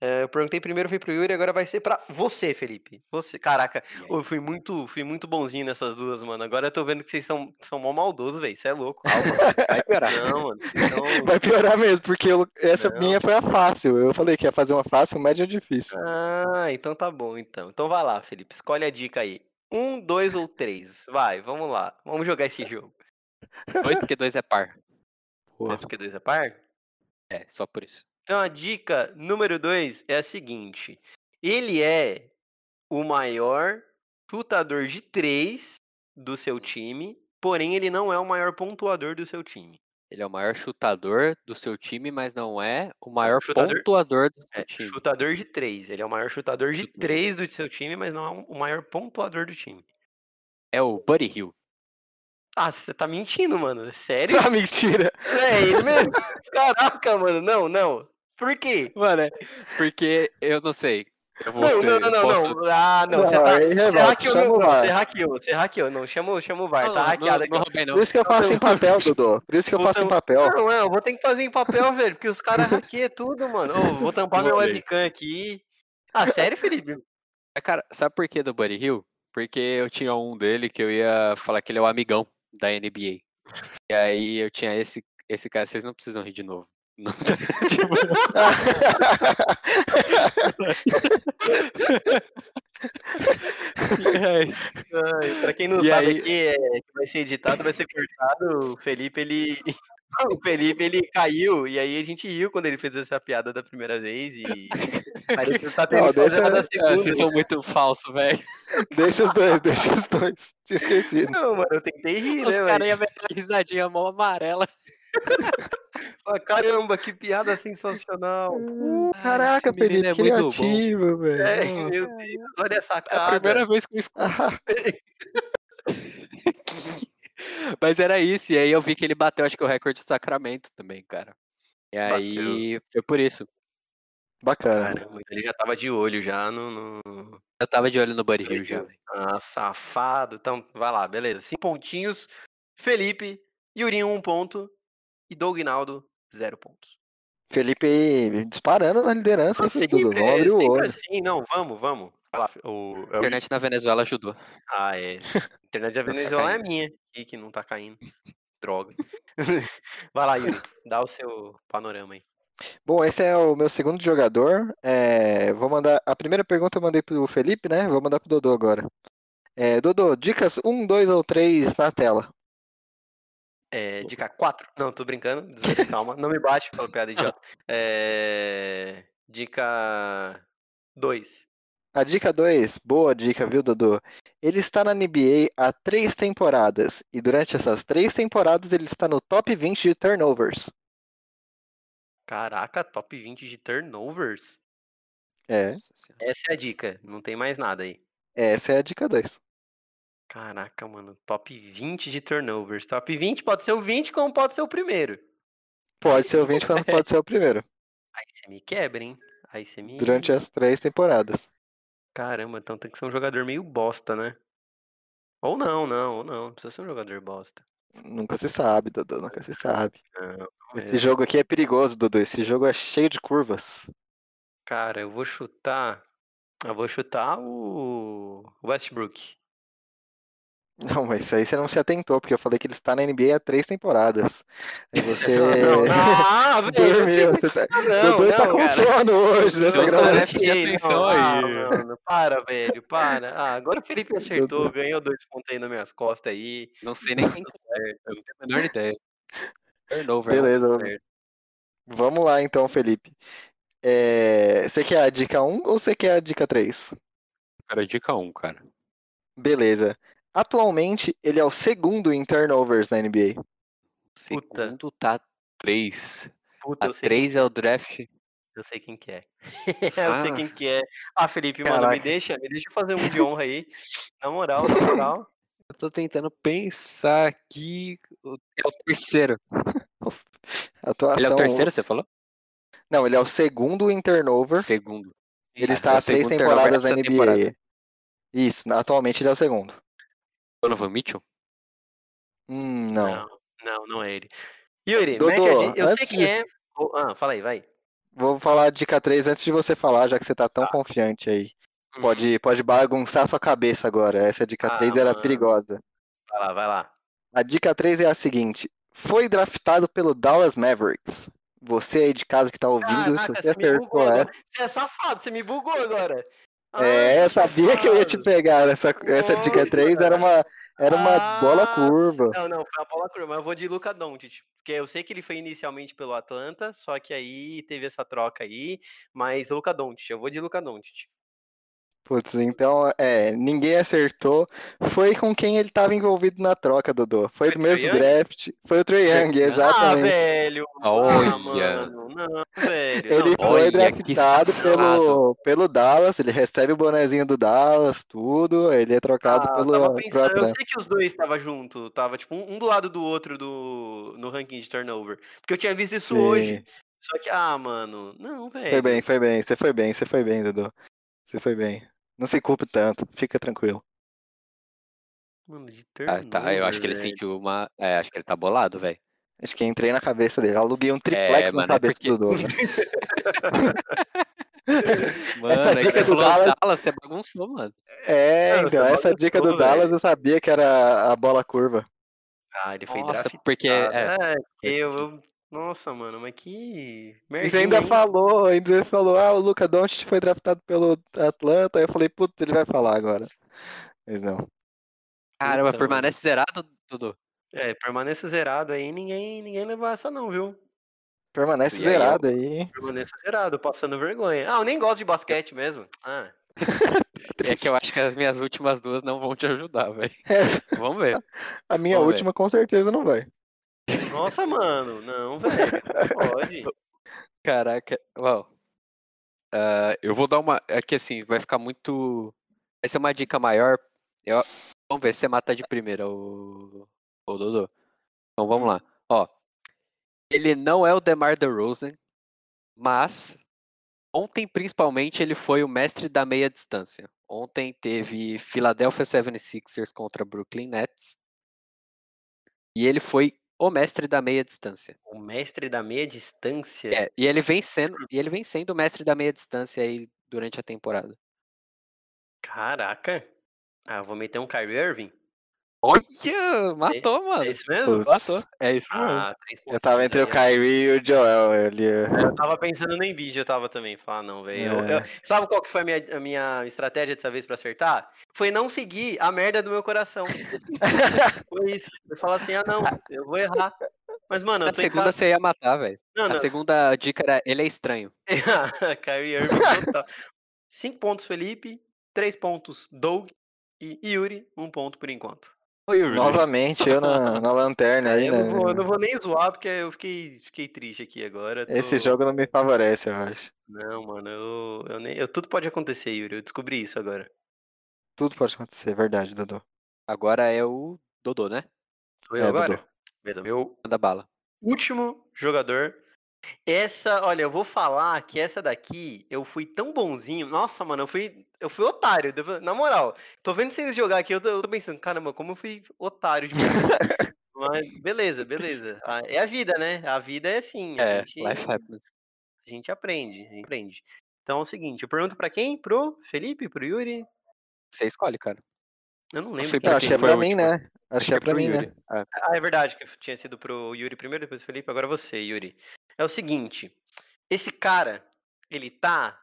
[SPEAKER 3] É, eu perguntei primeiro, foi pro Yuri, agora vai ser pra você, Felipe. Você, caraca,
[SPEAKER 1] E aí?
[SPEAKER 3] eu fui muito, fui muito bonzinho nessas duas, mano. Agora eu tô vendo que vocês são, são mó maldosos, velho. Você é louco. Calma.
[SPEAKER 1] Vai piorar.
[SPEAKER 3] Não, mano. Então vocês são-
[SPEAKER 2] Vai piorar mesmo, porque eu- essa
[SPEAKER 3] Não.
[SPEAKER 2] minha foi a fácil. Eu falei que ia fazer uma fácil, média ou difícil.
[SPEAKER 3] Ah, então tá bom, então. Então vai lá, Felipe. Escolhe a dica aí. Um, dois ou três. Vai, vamos lá. Vamos jogar esse jogo.
[SPEAKER 1] Dois porque dois é par.
[SPEAKER 2] Boa.
[SPEAKER 3] Mesmo porque dois é par.
[SPEAKER 1] É, só por isso.
[SPEAKER 3] Então a dica número dois é a seguinte. Ele é o maior chutador de três do seu time, porém ele não é o maior pontuador do seu time.
[SPEAKER 1] Ele é o maior chutador do seu time, mas não é o maior
[SPEAKER 3] chutador-
[SPEAKER 1] pontuador do seu
[SPEAKER 3] É,
[SPEAKER 1] time.
[SPEAKER 3] chutador de três. Ele é o maior chutador de
[SPEAKER 1] Chutador.
[SPEAKER 3] três do seu time, mas não é o maior pontuador do time.
[SPEAKER 1] É o Buddy Hill.
[SPEAKER 3] Ah, você tá mentindo, mano. É Sério?
[SPEAKER 2] Ah, mentira!
[SPEAKER 3] É ele mesmo? Caraca, mano, não, não. Por quê?
[SPEAKER 1] Mano, é porque eu não sei. Eu vou
[SPEAKER 3] Não,
[SPEAKER 1] ser-
[SPEAKER 3] não, não, não,
[SPEAKER 1] posso-
[SPEAKER 3] não. Ah, não, você
[SPEAKER 2] Não,
[SPEAKER 3] tá.
[SPEAKER 2] aí
[SPEAKER 3] Você
[SPEAKER 2] revolta,
[SPEAKER 3] hackeou,
[SPEAKER 2] chama
[SPEAKER 3] não,
[SPEAKER 2] o
[SPEAKER 3] não,
[SPEAKER 2] VAR.
[SPEAKER 3] você hackeou, você hackeou. Não, chama, o- chama o VAR,
[SPEAKER 1] Não,
[SPEAKER 3] tá
[SPEAKER 1] não,
[SPEAKER 3] hackeado
[SPEAKER 1] não
[SPEAKER 3] aqui.
[SPEAKER 1] roubei, não.
[SPEAKER 2] Por isso que eu faço em papel, Dodô. Por isso que eu faço em
[SPEAKER 3] Voltamos.
[SPEAKER 2] papel.
[SPEAKER 3] Não, é, eu vou ter que fazer em papel, velho, porque os caras hackeiam tudo, mano. Ô, vou tampar minha
[SPEAKER 1] Olha aí.
[SPEAKER 3] webcam aqui. Ah, sério, Felipe?
[SPEAKER 1] Mas, Cara, sabe por que do Buddy Hill? Porque eu tinha um dele que eu ia falar que ele é o amigão da NBA. E aí eu tinha esse, esse cara. Vocês não precisam rir de novo. Não tá- tipo, e aí-
[SPEAKER 3] Ai, pra quem não
[SPEAKER 1] E
[SPEAKER 3] sabe
[SPEAKER 1] aí-
[SPEAKER 3] aqui, é, que vai ser editado, vai ser cortado. O Felipe, ele. O Felipe, ele caiu, e aí a gente riu quando ele fez essa piada da primeira vez. E. Parece que tá tendo
[SPEAKER 2] Não,
[SPEAKER 3] que fazer uma da
[SPEAKER 1] Ah,
[SPEAKER 2] deixa-
[SPEAKER 3] segunda.
[SPEAKER 1] vocês são muito falsos, velho.
[SPEAKER 2] deixa os dois, deixa os dois. Tinha esquecido.
[SPEAKER 3] Não, mano, eu tentei rir,
[SPEAKER 1] Os
[SPEAKER 3] né? Cara
[SPEAKER 1] caras iam meter uma risadinha mão amarela.
[SPEAKER 3] Tipo, Caramba, que piada sensacional.
[SPEAKER 2] Caraca,
[SPEAKER 1] esse menino
[SPEAKER 2] Felipe,
[SPEAKER 1] é muito bom.
[SPEAKER 2] criativo,
[SPEAKER 3] É,
[SPEAKER 2] velho.
[SPEAKER 3] meu Deus, olha essa
[SPEAKER 1] É a
[SPEAKER 3] cara.
[SPEAKER 1] primeira vez que eu escuto.
[SPEAKER 2] Ah,
[SPEAKER 1] Mas era isso. E aí eu vi que ele bateu, acho que o recorde de Sacramento também, cara. E
[SPEAKER 3] Bateu.
[SPEAKER 1] aí foi por isso.
[SPEAKER 2] bacana.
[SPEAKER 3] Caramba, ele já tava de olho já no. no...
[SPEAKER 1] Eu tava de olho no Buddy Hill já,
[SPEAKER 3] Hill.
[SPEAKER 1] velho.
[SPEAKER 3] Ah, safado. Então, vai lá, beleza. Cinco pontinhos. Felipe, Yurinho, um ponto. E Dognaldo, zero pontos.
[SPEAKER 2] Felipe disparando na liderança, hein, Dudu? Vamos
[SPEAKER 3] é
[SPEAKER 2] abrir o
[SPEAKER 3] sempre
[SPEAKER 2] olho.
[SPEAKER 3] assim, não, vamos, vamos. Vai lá,
[SPEAKER 1] A
[SPEAKER 3] o- é o-
[SPEAKER 1] internet na Venezuela ajudou.
[SPEAKER 3] Ah, é. Internet da Venezuela é
[SPEAKER 1] caindo.
[SPEAKER 3] minha. E que não tá caindo. Droga. Vai lá, Yuri. Dá o seu panorama aí.
[SPEAKER 2] Bom, esse é o meu segundo jogador. É, vou mandar. A primeira pergunta eu mandei pro Felipe, né? Vou mandar pro Dodô agora. É, Dodô, dicas 1, 2 ou 3 na tela.
[SPEAKER 3] É, dica 4. Não, tô brincando. dezoito, Calma. Não me bate pela piada idiota. É, dica Dois.
[SPEAKER 2] A dica 2, boa dica, viu, Dudu? Ele está na NBA há três temporadas, e durante essas três temporadas ele está no top 20 de turnovers.
[SPEAKER 3] Caraca, top 20 de turnovers.
[SPEAKER 2] É,
[SPEAKER 1] Nossa senhora.
[SPEAKER 3] Essa é a dica. Não tem mais nada aí.
[SPEAKER 2] essa é a dica 2.
[SPEAKER 3] Caraca, mano. Top 20 de turnovers. Top 20 pode ser o 20, como pode ser o primeiro.
[SPEAKER 2] Pode ser o 20 quando pode ser o primeiro,
[SPEAKER 3] Aí você me quebra, hein? Aí você me.
[SPEAKER 2] durante as três temporadas.
[SPEAKER 3] Caramba, então tem que ser um jogador meio bosta, né? Ou não, não, ou não. Não precisa ser um jogador bosta.
[SPEAKER 2] Nunca se sabe, Dudu, nunca se sabe.
[SPEAKER 3] Não,
[SPEAKER 2] Esse
[SPEAKER 3] é.
[SPEAKER 2] jogo aqui é perigoso, Dudu. Esse jogo é cheio de curvas.
[SPEAKER 3] Cara, eu vou chutar. Eu vou chutar o. Westbrook.
[SPEAKER 2] Não, mas isso aí você não se atentou, porque eu falei que ele está na NBA há três temporadas. Aí você.
[SPEAKER 3] Não, não, ah,
[SPEAKER 2] Dormiu,
[SPEAKER 3] velho.
[SPEAKER 2] você tá...
[SPEAKER 3] Não,
[SPEAKER 2] Dudu está com sono hoje,
[SPEAKER 1] Os
[SPEAKER 2] nessa
[SPEAKER 1] seus
[SPEAKER 2] gravação.
[SPEAKER 1] caras prestem
[SPEAKER 3] Não,
[SPEAKER 1] atenção
[SPEAKER 3] ah,
[SPEAKER 1] aí.
[SPEAKER 3] mano, para, velho, para. Ah, agora o Felipe acertou, ganhou dois pontos aí nas minhas costas aí.
[SPEAKER 1] Não sei nem quem que acerta, É, eu não tenho a menor ideia. Turnover. não
[SPEAKER 2] Beleza.
[SPEAKER 1] acerta.
[SPEAKER 2] Vamos lá então, Felipe. É, Você quer a dica 1 ou você quer a dica 3?
[SPEAKER 1] Cara, dica 1, cara.
[SPEAKER 2] Beleza. Atualmente, ele é o segundo em turnovers na NBA.
[SPEAKER 3] Puta.
[SPEAKER 1] Segundo tá 3.
[SPEAKER 3] Puta,
[SPEAKER 1] A
[SPEAKER 3] eu sei, quem-
[SPEAKER 1] 3 é o draft.
[SPEAKER 3] eu sei quem que é. eu sei
[SPEAKER 1] Ah.
[SPEAKER 3] quem que é. Ah, Felipe, mano, me
[SPEAKER 2] Caraca.
[SPEAKER 3] deixa, me deixa fazer um de honra aí. Na moral, na moral.
[SPEAKER 1] Eu tô tentando pensar aqui. o- É o terceiro. Ele é o
[SPEAKER 2] Atuação- um.
[SPEAKER 1] terceiro, você falou?
[SPEAKER 2] Não, ele é o segundo em turnover.
[SPEAKER 1] Segundo.
[SPEAKER 2] Ele
[SPEAKER 1] Ah,
[SPEAKER 2] está
[SPEAKER 1] foi o
[SPEAKER 2] há três
[SPEAKER 1] segundo turnover
[SPEAKER 2] temporadas na
[SPEAKER 1] dessa
[SPEAKER 2] NBA.
[SPEAKER 1] temporada.
[SPEAKER 2] Isso, na- atualmente ele é o segundo.
[SPEAKER 1] Donovan Mitchell?
[SPEAKER 2] Hum, não.
[SPEAKER 3] Não, não, não é ele. Yuri,
[SPEAKER 2] Dodô,
[SPEAKER 3] mete a di- Eu sei
[SPEAKER 2] antes
[SPEAKER 3] quem
[SPEAKER 2] de-
[SPEAKER 3] é. Oh, ah, fala aí, vai.
[SPEAKER 2] Vou falar a dica 3 antes de você falar, já que você tá tão confiante aí.
[SPEAKER 3] Hum,
[SPEAKER 2] Pode, pode bagunçar sua cabeça agora. Essa dica
[SPEAKER 3] Uhum. Ah,
[SPEAKER 2] 3 era
[SPEAKER 3] mano.
[SPEAKER 2] perigosa.
[SPEAKER 3] Vai lá, vai lá.
[SPEAKER 2] A dica 3 é a seguinte: foi draftado pelo Dallas Mavericks. Você aí de casa que tá ouvindo, se
[SPEAKER 3] Caraca,
[SPEAKER 2] você
[SPEAKER 3] você me
[SPEAKER 2] acertou
[SPEAKER 3] bugou
[SPEAKER 2] essa,
[SPEAKER 3] agora. Você é safado, você me bugou agora. Ah,
[SPEAKER 2] é, eu
[SPEAKER 3] seu
[SPEAKER 2] sabia que eu ia te
[SPEAKER 3] safado.
[SPEAKER 2] pegar. Essa, essa dica
[SPEAKER 3] Nossa.
[SPEAKER 2] 3 era uma, era uma bola
[SPEAKER 3] Ah,
[SPEAKER 2] curva.
[SPEAKER 3] Não, não, foi a bola curva, mas eu vou de Luca Doncic. Porque eu sei que ele foi inicialmente pelo Atlanta, só que aí teve essa troca aí, mas Luca Doncic, eu vou de Luca Doncic.
[SPEAKER 2] Putz, então, é, ninguém acertou. Foi com quem ele tava envolvido na troca, Dodô. Foi
[SPEAKER 3] Foi
[SPEAKER 2] do
[SPEAKER 3] o
[SPEAKER 2] mesmo
[SPEAKER 3] Trae Young?
[SPEAKER 2] draft. Foi o Trae Young,
[SPEAKER 1] Ah,
[SPEAKER 3] Ah,
[SPEAKER 2] exatamente.
[SPEAKER 3] velho!
[SPEAKER 1] Olha.
[SPEAKER 3] Ah, mano! Não, velho!
[SPEAKER 2] Ele
[SPEAKER 3] não,
[SPEAKER 2] foi
[SPEAKER 1] olha que
[SPEAKER 2] draftado pelo,
[SPEAKER 1] safado.
[SPEAKER 2] pelo Dallas, ele recebe o bonezinho do Dallas, tudo, ele é trocado
[SPEAKER 3] Ah, eu
[SPEAKER 2] pelo,
[SPEAKER 3] tava
[SPEAKER 2] pro
[SPEAKER 3] pensando, eu
[SPEAKER 2] Atlanta.
[SPEAKER 3] sei que os dois estavam junto, tava tipo um, um do lado do outro do, no ranking de turnover. Porque eu tinha visto isso
[SPEAKER 2] Sim.
[SPEAKER 3] hoje. Só que, ah, mano, não, velho.
[SPEAKER 2] Foi bem, foi bem, você foi bem, você foi bem, Dudu. Você foi bem. Não se culpe tanto, fica tranquilo.
[SPEAKER 3] Mano, de
[SPEAKER 1] Ah,
[SPEAKER 3] turnover.
[SPEAKER 1] tá. Eu acho que ele
[SPEAKER 3] velho.
[SPEAKER 1] sentiu uma. É, acho que ele tá bolado, velho.
[SPEAKER 2] Acho que entrei na cabeça dele, aluguei um triplex na
[SPEAKER 1] mano, é
[SPEAKER 2] cabeça
[SPEAKER 1] porque-
[SPEAKER 2] do Dudu. né?
[SPEAKER 1] Mano, é que
[SPEAKER 2] dica
[SPEAKER 1] você
[SPEAKER 2] do
[SPEAKER 1] falou
[SPEAKER 2] Dallas-
[SPEAKER 1] Dallas, você bagunçou, mano.
[SPEAKER 2] É,
[SPEAKER 3] Cara, você
[SPEAKER 2] então, essa
[SPEAKER 3] bagunçou,
[SPEAKER 2] dica do
[SPEAKER 3] velho.
[SPEAKER 2] Dallas eu sabia que era a bola curva.
[SPEAKER 3] Ah, ele foi
[SPEAKER 1] Nossa,
[SPEAKER 3] draftado.
[SPEAKER 1] porque. É,
[SPEAKER 3] É,
[SPEAKER 1] faz
[SPEAKER 3] eu,
[SPEAKER 1] sentido.
[SPEAKER 3] eu- Nossa, mano, mas que
[SPEAKER 2] E você
[SPEAKER 3] merdinha,
[SPEAKER 2] tipo. ainda
[SPEAKER 3] hein?
[SPEAKER 2] falou, ainda você falou, ah, o Luca Doncic foi draftado pelo Atlanta. Aí eu falei, putz, ele vai falar agora. Mas não.
[SPEAKER 1] Caramba,
[SPEAKER 3] Puta, mano.
[SPEAKER 1] permanece zerado, Dudu.
[SPEAKER 3] É, permaneça zerado aí, ninguém, ninguém levou essa não, viu?
[SPEAKER 2] Permanece
[SPEAKER 1] E aí,
[SPEAKER 2] zerado aí.
[SPEAKER 3] Permaneça zerado, passando vergonha. Ah, eu nem gosto de basquete mesmo. Ah,
[SPEAKER 1] É que eu acho que as minhas últimas duas não vão te ajudar, velho. Vamos ver.
[SPEAKER 2] A minha
[SPEAKER 1] Vamos ver.
[SPEAKER 2] última com certeza não vai.
[SPEAKER 3] nossa, mano, não, velho, não pode.
[SPEAKER 1] Caraca, uau. Ah, eu vou dar uma. É que assim, vai ficar muito. Essa é uma dica maior. Eu- Vamos ver se você mata de primeira, o... o Dodô. Então vamos lá. Ó. Ele não é o Demar DeRozan, mas ontem principalmente ele foi o mestre da meia distância. Ontem teve Philadelphia 76ers contra Brooklyn Nets. E ele foi o mestre da meia distância.
[SPEAKER 3] O mestre da meia distância.
[SPEAKER 1] É, e ele vem sendo, e ele vem sendo o mestre da meia distância aí durante a temporada.
[SPEAKER 3] Caraca. Ah, eu vou meter um Kyrie Irving.
[SPEAKER 1] Olha, matou, mano.
[SPEAKER 3] É isso mesmo?
[SPEAKER 2] Putz.
[SPEAKER 1] Matou. É isso mesmo.
[SPEAKER 3] Ah, três
[SPEAKER 2] Eu tava entre
[SPEAKER 3] pontinhos aí,
[SPEAKER 2] o
[SPEAKER 3] ó.
[SPEAKER 2] Kyrie e o Joel eh, ali.
[SPEAKER 3] Eu tava pensando no Embiid, eu tava também. Falar, não, velho. eu- eu-
[SPEAKER 2] É.
[SPEAKER 3] Sabe qual que foi a minha, a minha estratégia dessa vez pra acertar? Foi não seguir a merda do meu coração. foi isso. Eu falar assim, ah, não, eu vou errar. Mas, mano, eu
[SPEAKER 1] Na
[SPEAKER 3] tô
[SPEAKER 1] segunda
[SPEAKER 3] em casa.
[SPEAKER 1] você ia matar, velho.
[SPEAKER 3] Não,
[SPEAKER 1] A
[SPEAKER 3] não.
[SPEAKER 1] segunda dica era ele é estranho.
[SPEAKER 3] Kyrie Irving total. 5 pontos Felipe, 3 pontos Doug e Yuri, 1 um ponto por enquanto.
[SPEAKER 1] Ô, Yuri.
[SPEAKER 2] Novamente, eu na, na lanterna aí,
[SPEAKER 3] É, eu, não vou, eu
[SPEAKER 2] né?
[SPEAKER 3] não vou nem zoar, porque eu fiquei, fiquei triste aqui agora. tô-
[SPEAKER 2] Esse jogo não me favorece, eu acho.
[SPEAKER 3] Não, mano, eu, eu nem, eu- tudo pode acontecer, Yuri. Eu descobri isso agora.
[SPEAKER 2] Tudo pode acontecer, é verdade, Dudu.
[SPEAKER 1] Agora é o Dodô, né?
[SPEAKER 3] Sou
[SPEAKER 2] eu
[SPEAKER 3] eu
[SPEAKER 2] É, agora?
[SPEAKER 3] agora?
[SPEAKER 2] Dudu.
[SPEAKER 3] Beleza, meu
[SPEAKER 1] Manda bala.
[SPEAKER 3] último jogador. Essa, olha, eu vou falar que essa daqui eu fui tão bonzinho. Nossa, mano, eu fui, eu fui otário. devo- Na moral, tô vendo vocês jogar aqui, eu tô, eu tô pensando, caramba, como eu fui otário de bonzinho. Mas beleza, beleza. Ah, É a vida, né? A vida é assim. A,
[SPEAKER 1] É,
[SPEAKER 3] gente,
[SPEAKER 1] Life Happens.
[SPEAKER 3] a gente aprende, a gente aprende. Então é o seguinte, eu pergunto pra quem? Pro Felipe? Pro Yuri?
[SPEAKER 1] Você escolhe, cara.
[SPEAKER 3] Eu não
[SPEAKER 1] sei
[SPEAKER 3] lembro.
[SPEAKER 1] pra
[SPEAKER 2] Eu acho que
[SPEAKER 3] quem foi.
[SPEAKER 2] é
[SPEAKER 1] foi
[SPEAKER 2] pra
[SPEAKER 1] o
[SPEAKER 2] mim,
[SPEAKER 1] último?
[SPEAKER 2] né? Acho que é pra
[SPEAKER 1] pro
[SPEAKER 2] mim, né?
[SPEAKER 1] Yuri. Ah,
[SPEAKER 3] Ah, é verdade que tinha sido pro Yuri primeiro, depois o Felipe, agora você, Yuri. É o seguinte, esse cara, ele tá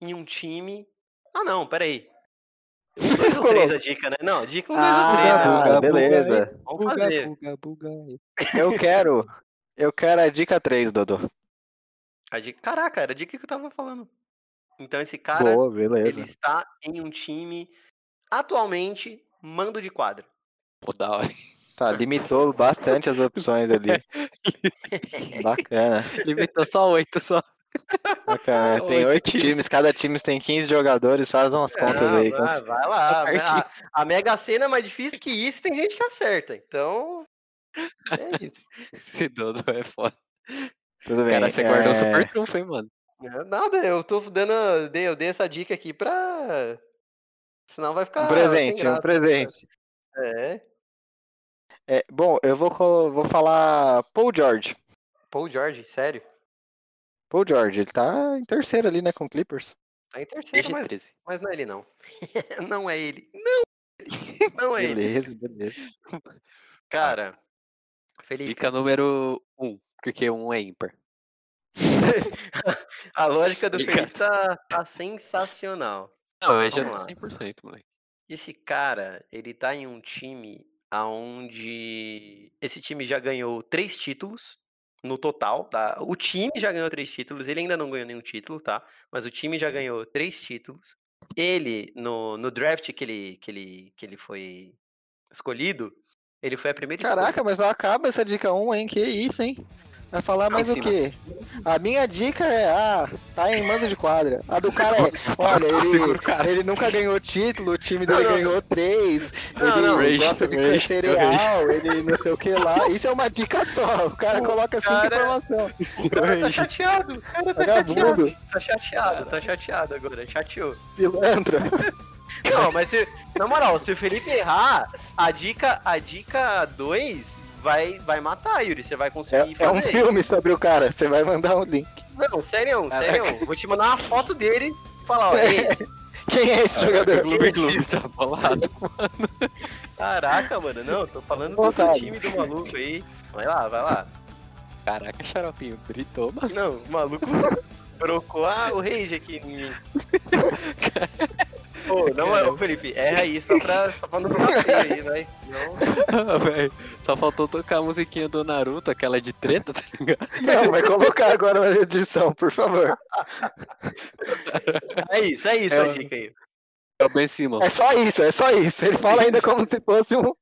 [SPEAKER 3] em um time... Ah, não, peraí. Um, dois ou três a dica, né? Não, dica um, dois ou três.
[SPEAKER 2] Ah,
[SPEAKER 1] Buga, buga,
[SPEAKER 2] beleza. um,
[SPEAKER 3] né? Vamos fazer.
[SPEAKER 1] buga, buga. é
[SPEAKER 2] Eu quero. Eu quero a dica 3, Dudu.
[SPEAKER 3] A dica... Caraca, era a dica que eu tava falando. Então esse cara,
[SPEAKER 2] Boa,
[SPEAKER 3] ele
[SPEAKER 2] beleza.
[SPEAKER 3] está em um time, atualmente, mando de quadra.
[SPEAKER 1] Pô, da hora.
[SPEAKER 2] Tá, limitou bastante as opções ali. Bacana,
[SPEAKER 1] Limitou só oito, só.
[SPEAKER 2] bacana.
[SPEAKER 1] São
[SPEAKER 2] Tem
[SPEAKER 1] oito
[SPEAKER 2] oito
[SPEAKER 1] times.
[SPEAKER 2] times, cada time tem 15 jogadores, faz umas contas
[SPEAKER 3] Não,
[SPEAKER 2] aí.
[SPEAKER 3] vai,
[SPEAKER 2] quantos-
[SPEAKER 3] vai lá. vai-
[SPEAKER 1] partida.
[SPEAKER 3] A, a Mega Sena é mais difícil que isso, tem gente que acerta. Então. É isso.
[SPEAKER 1] Esse Dodô é foda.
[SPEAKER 2] Tudo bem.
[SPEAKER 1] Cara, você guardou
[SPEAKER 2] é,
[SPEAKER 1] o super trunfo, hein, mano?
[SPEAKER 3] Não é Nada, eu tô dando. Eu dei, eu dei essa dica aqui pra. Senão vai ficar.
[SPEAKER 2] Um
[SPEAKER 3] Ah, sem
[SPEAKER 2] presente, um
[SPEAKER 3] graça. né,
[SPEAKER 2] presente.
[SPEAKER 3] É.
[SPEAKER 2] É, bom, eu vou, colo- vou falar Paul George.
[SPEAKER 3] Paul George, sério.
[SPEAKER 2] Paul George, ele tá em terceiro ali, né, com o Clippers.
[SPEAKER 3] Tá em terceiro, mas,
[SPEAKER 1] DG13.
[SPEAKER 3] mas não é ele, não. não é ele. Não! é ele, Não é ele.
[SPEAKER 2] Beleza, beleza.
[SPEAKER 3] Cara. Felipe,
[SPEAKER 1] Dica número um, porque um é ímpar.
[SPEAKER 3] a lógica do
[SPEAKER 1] Dica.
[SPEAKER 3] Felipe tá, tá sensacional.
[SPEAKER 1] Não, eu já
[SPEAKER 3] Vamos
[SPEAKER 1] tô
[SPEAKER 3] lá.
[SPEAKER 1] 100%, moleque.
[SPEAKER 3] Esse cara, ele tá em um time aonde esse time já ganhou três títulos no total, tá? O time já ganhou três títulos, ele ainda não ganhou nenhum título, tá? Mas o time já ganhou três títulos. Ele, no, no draft que ele, que, ele, que ele foi escolhido, ele foi a primeira escolha.
[SPEAKER 2] Caraca, mas não acaba essa dica 1, hein? Que isso, hein? Vai falar mais o
[SPEAKER 1] ensina
[SPEAKER 2] quê?
[SPEAKER 1] assim.
[SPEAKER 2] A minha dica é, ah, tá em mando de quadra. A do cara é, olha,
[SPEAKER 1] Segura
[SPEAKER 2] ele,
[SPEAKER 1] o cara.
[SPEAKER 2] ele nunca ganhou título, o time dele
[SPEAKER 3] Não, não.
[SPEAKER 2] ganhou três,
[SPEAKER 3] Não, não.
[SPEAKER 2] ele
[SPEAKER 1] Rage,
[SPEAKER 2] gosta de
[SPEAKER 1] rage,
[SPEAKER 2] comer cereal, ele não sei o que lá. Isso é uma dica só, o cara
[SPEAKER 3] O
[SPEAKER 2] coloca cinco
[SPEAKER 3] cara-
[SPEAKER 2] informações.
[SPEAKER 3] O cara tá chateado, o cara tá
[SPEAKER 2] Vagabundo.
[SPEAKER 3] chateado. Tá chateado, tá chateado agora, chateou.
[SPEAKER 2] Pilantra.
[SPEAKER 3] Não, mas se, na moral, se o Felipe errar, a dica, a dica 2 vai, vai matar, Yuri. Você vai
[SPEAKER 2] É,
[SPEAKER 3] conseguir
[SPEAKER 2] é um
[SPEAKER 3] fazer.
[SPEAKER 2] filme sobre o cara, você vai mandar um link.
[SPEAKER 3] Não,
[SPEAKER 2] É,
[SPEAKER 3] sério,
[SPEAKER 1] Caraca.
[SPEAKER 3] sério. Vou te mandar uma foto dele e falar, ó, é esse.
[SPEAKER 2] Quem é
[SPEAKER 3] Ah,
[SPEAKER 2] esse
[SPEAKER 1] O
[SPEAKER 2] jogador?
[SPEAKER 1] Gloob Gloob tá bolado.
[SPEAKER 3] Caraca, mano, não, tô falando do, do
[SPEAKER 2] Vontade.
[SPEAKER 3] time do maluco aí. Vai lá, vai lá.
[SPEAKER 1] Caraca, xaropinho, gritou, mano.
[SPEAKER 3] Não, o maluco trocou a- o rage aqui em mim. Pô, não é, ô, Felipe, erra aí só pra, só pra não ficar feio aí, vai. Não,
[SPEAKER 1] Véi, Só faltou tocar a musiquinha do Naruto, aquela de treta, tá ligado?
[SPEAKER 2] Não, vai colocar agora na edição, por favor.
[SPEAKER 3] É isso, é isso
[SPEAKER 1] É
[SPEAKER 3] a
[SPEAKER 1] o-
[SPEAKER 3] dica aí.
[SPEAKER 1] É o Ben Simmons.
[SPEAKER 2] É só isso, é só isso. Ele fala ainda como se fosse um.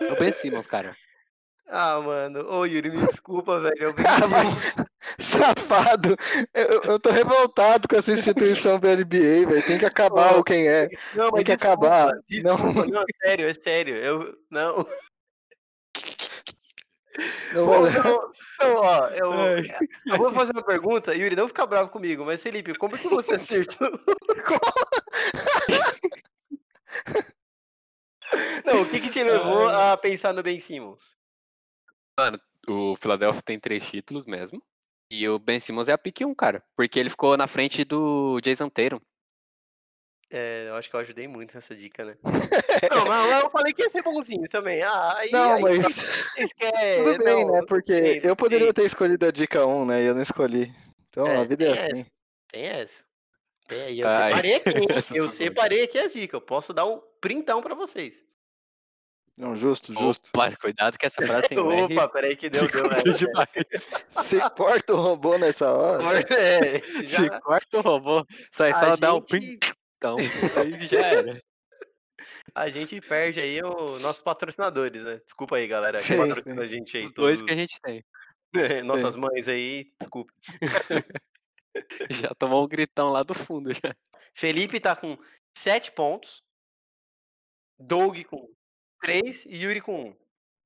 [SPEAKER 1] É o Ben Simmons, cara.
[SPEAKER 3] Ah, mano, ô Yuri, me desculpa, velho. Eu brinquei.
[SPEAKER 2] Ah, mas- Safado! Eu- Eu, eu tô revoltado com essa instituição da NBA, velho. Tem que acabar
[SPEAKER 3] Ô,
[SPEAKER 2] o quem é.
[SPEAKER 3] Não,
[SPEAKER 2] Tem que acabar. Não,
[SPEAKER 3] Não, não, é sério, é sério. Eu não.
[SPEAKER 2] não
[SPEAKER 3] Não,
[SPEAKER 2] vou-
[SPEAKER 3] não, não, ó, eu,
[SPEAKER 1] Ai.
[SPEAKER 3] eu vou fazer uma pergunta, Yuri, não fica bravo comigo, mas Felipe, como que você acertou? não, o que que te levou a pensar no Ben Simmons?
[SPEAKER 1] O Philadelphia tem três títulos mesmo. E o Ben Simmons é a pique 1, cara. Porque ele ficou na frente do Jason Tatum.
[SPEAKER 3] É, eu acho que eu ajudei muito nessa dica, né? Não, mas eu falei que ia ser bonzinho também. Ah, aí,
[SPEAKER 2] Não,
[SPEAKER 3] aí
[SPEAKER 2] mas
[SPEAKER 3] vocês querem.
[SPEAKER 2] tudo bem,
[SPEAKER 3] não,
[SPEAKER 2] né? Porque
[SPEAKER 3] sei,
[SPEAKER 2] eu poderia
[SPEAKER 3] sei.
[SPEAKER 2] ter escolhido a dica 1, né? E eu não escolhi. Então
[SPEAKER 3] É,
[SPEAKER 2] a vida é
[SPEAKER 3] tem
[SPEAKER 2] assim.
[SPEAKER 3] Tem essa. Tem aí, eu
[SPEAKER 1] Ai,
[SPEAKER 3] separei aqui. hein?
[SPEAKER 1] essa
[SPEAKER 3] eu
[SPEAKER 1] foi boa.
[SPEAKER 3] separei aqui as dicas. Eu posso dar um printão pra vocês.
[SPEAKER 2] Não, justo, justo.
[SPEAKER 1] Opa, cuidado que essa frase sem um é R
[SPEAKER 3] Opa, peraí que deu, né? deu.
[SPEAKER 1] dificulta
[SPEAKER 3] velho.
[SPEAKER 1] demais.
[SPEAKER 2] Você corta o robô nessa hora.
[SPEAKER 3] É,
[SPEAKER 1] Se
[SPEAKER 3] já-
[SPEAKER 1] corta o robô, sai
[SPEAKER 3] a
[SPEAKER 1] só dá um
[SPEAKER 3] gente-
[SPEAKER 1] pim, então, aí já era.
[SPEAKER 3] A gente perde aí os nossos patrocinadores, né? Desculpa aí, galera. Que
[SPEAKER 2] Sim,
[SPEAKER 3] patrocina a gente aí.
[SPEAKER 1] Os dois que a
[SPEAKER 3] todos-
[SPEAKER 1] gente né? tem.
[SPEAKER 3] Nossas mães aí, desculpa.
[SPEAKER 1] Já tomou um gritão lá do fundo já.
[SPEAKER 3] Felipe tá com 7 pontos. Doug com 3 e Yuri com 1.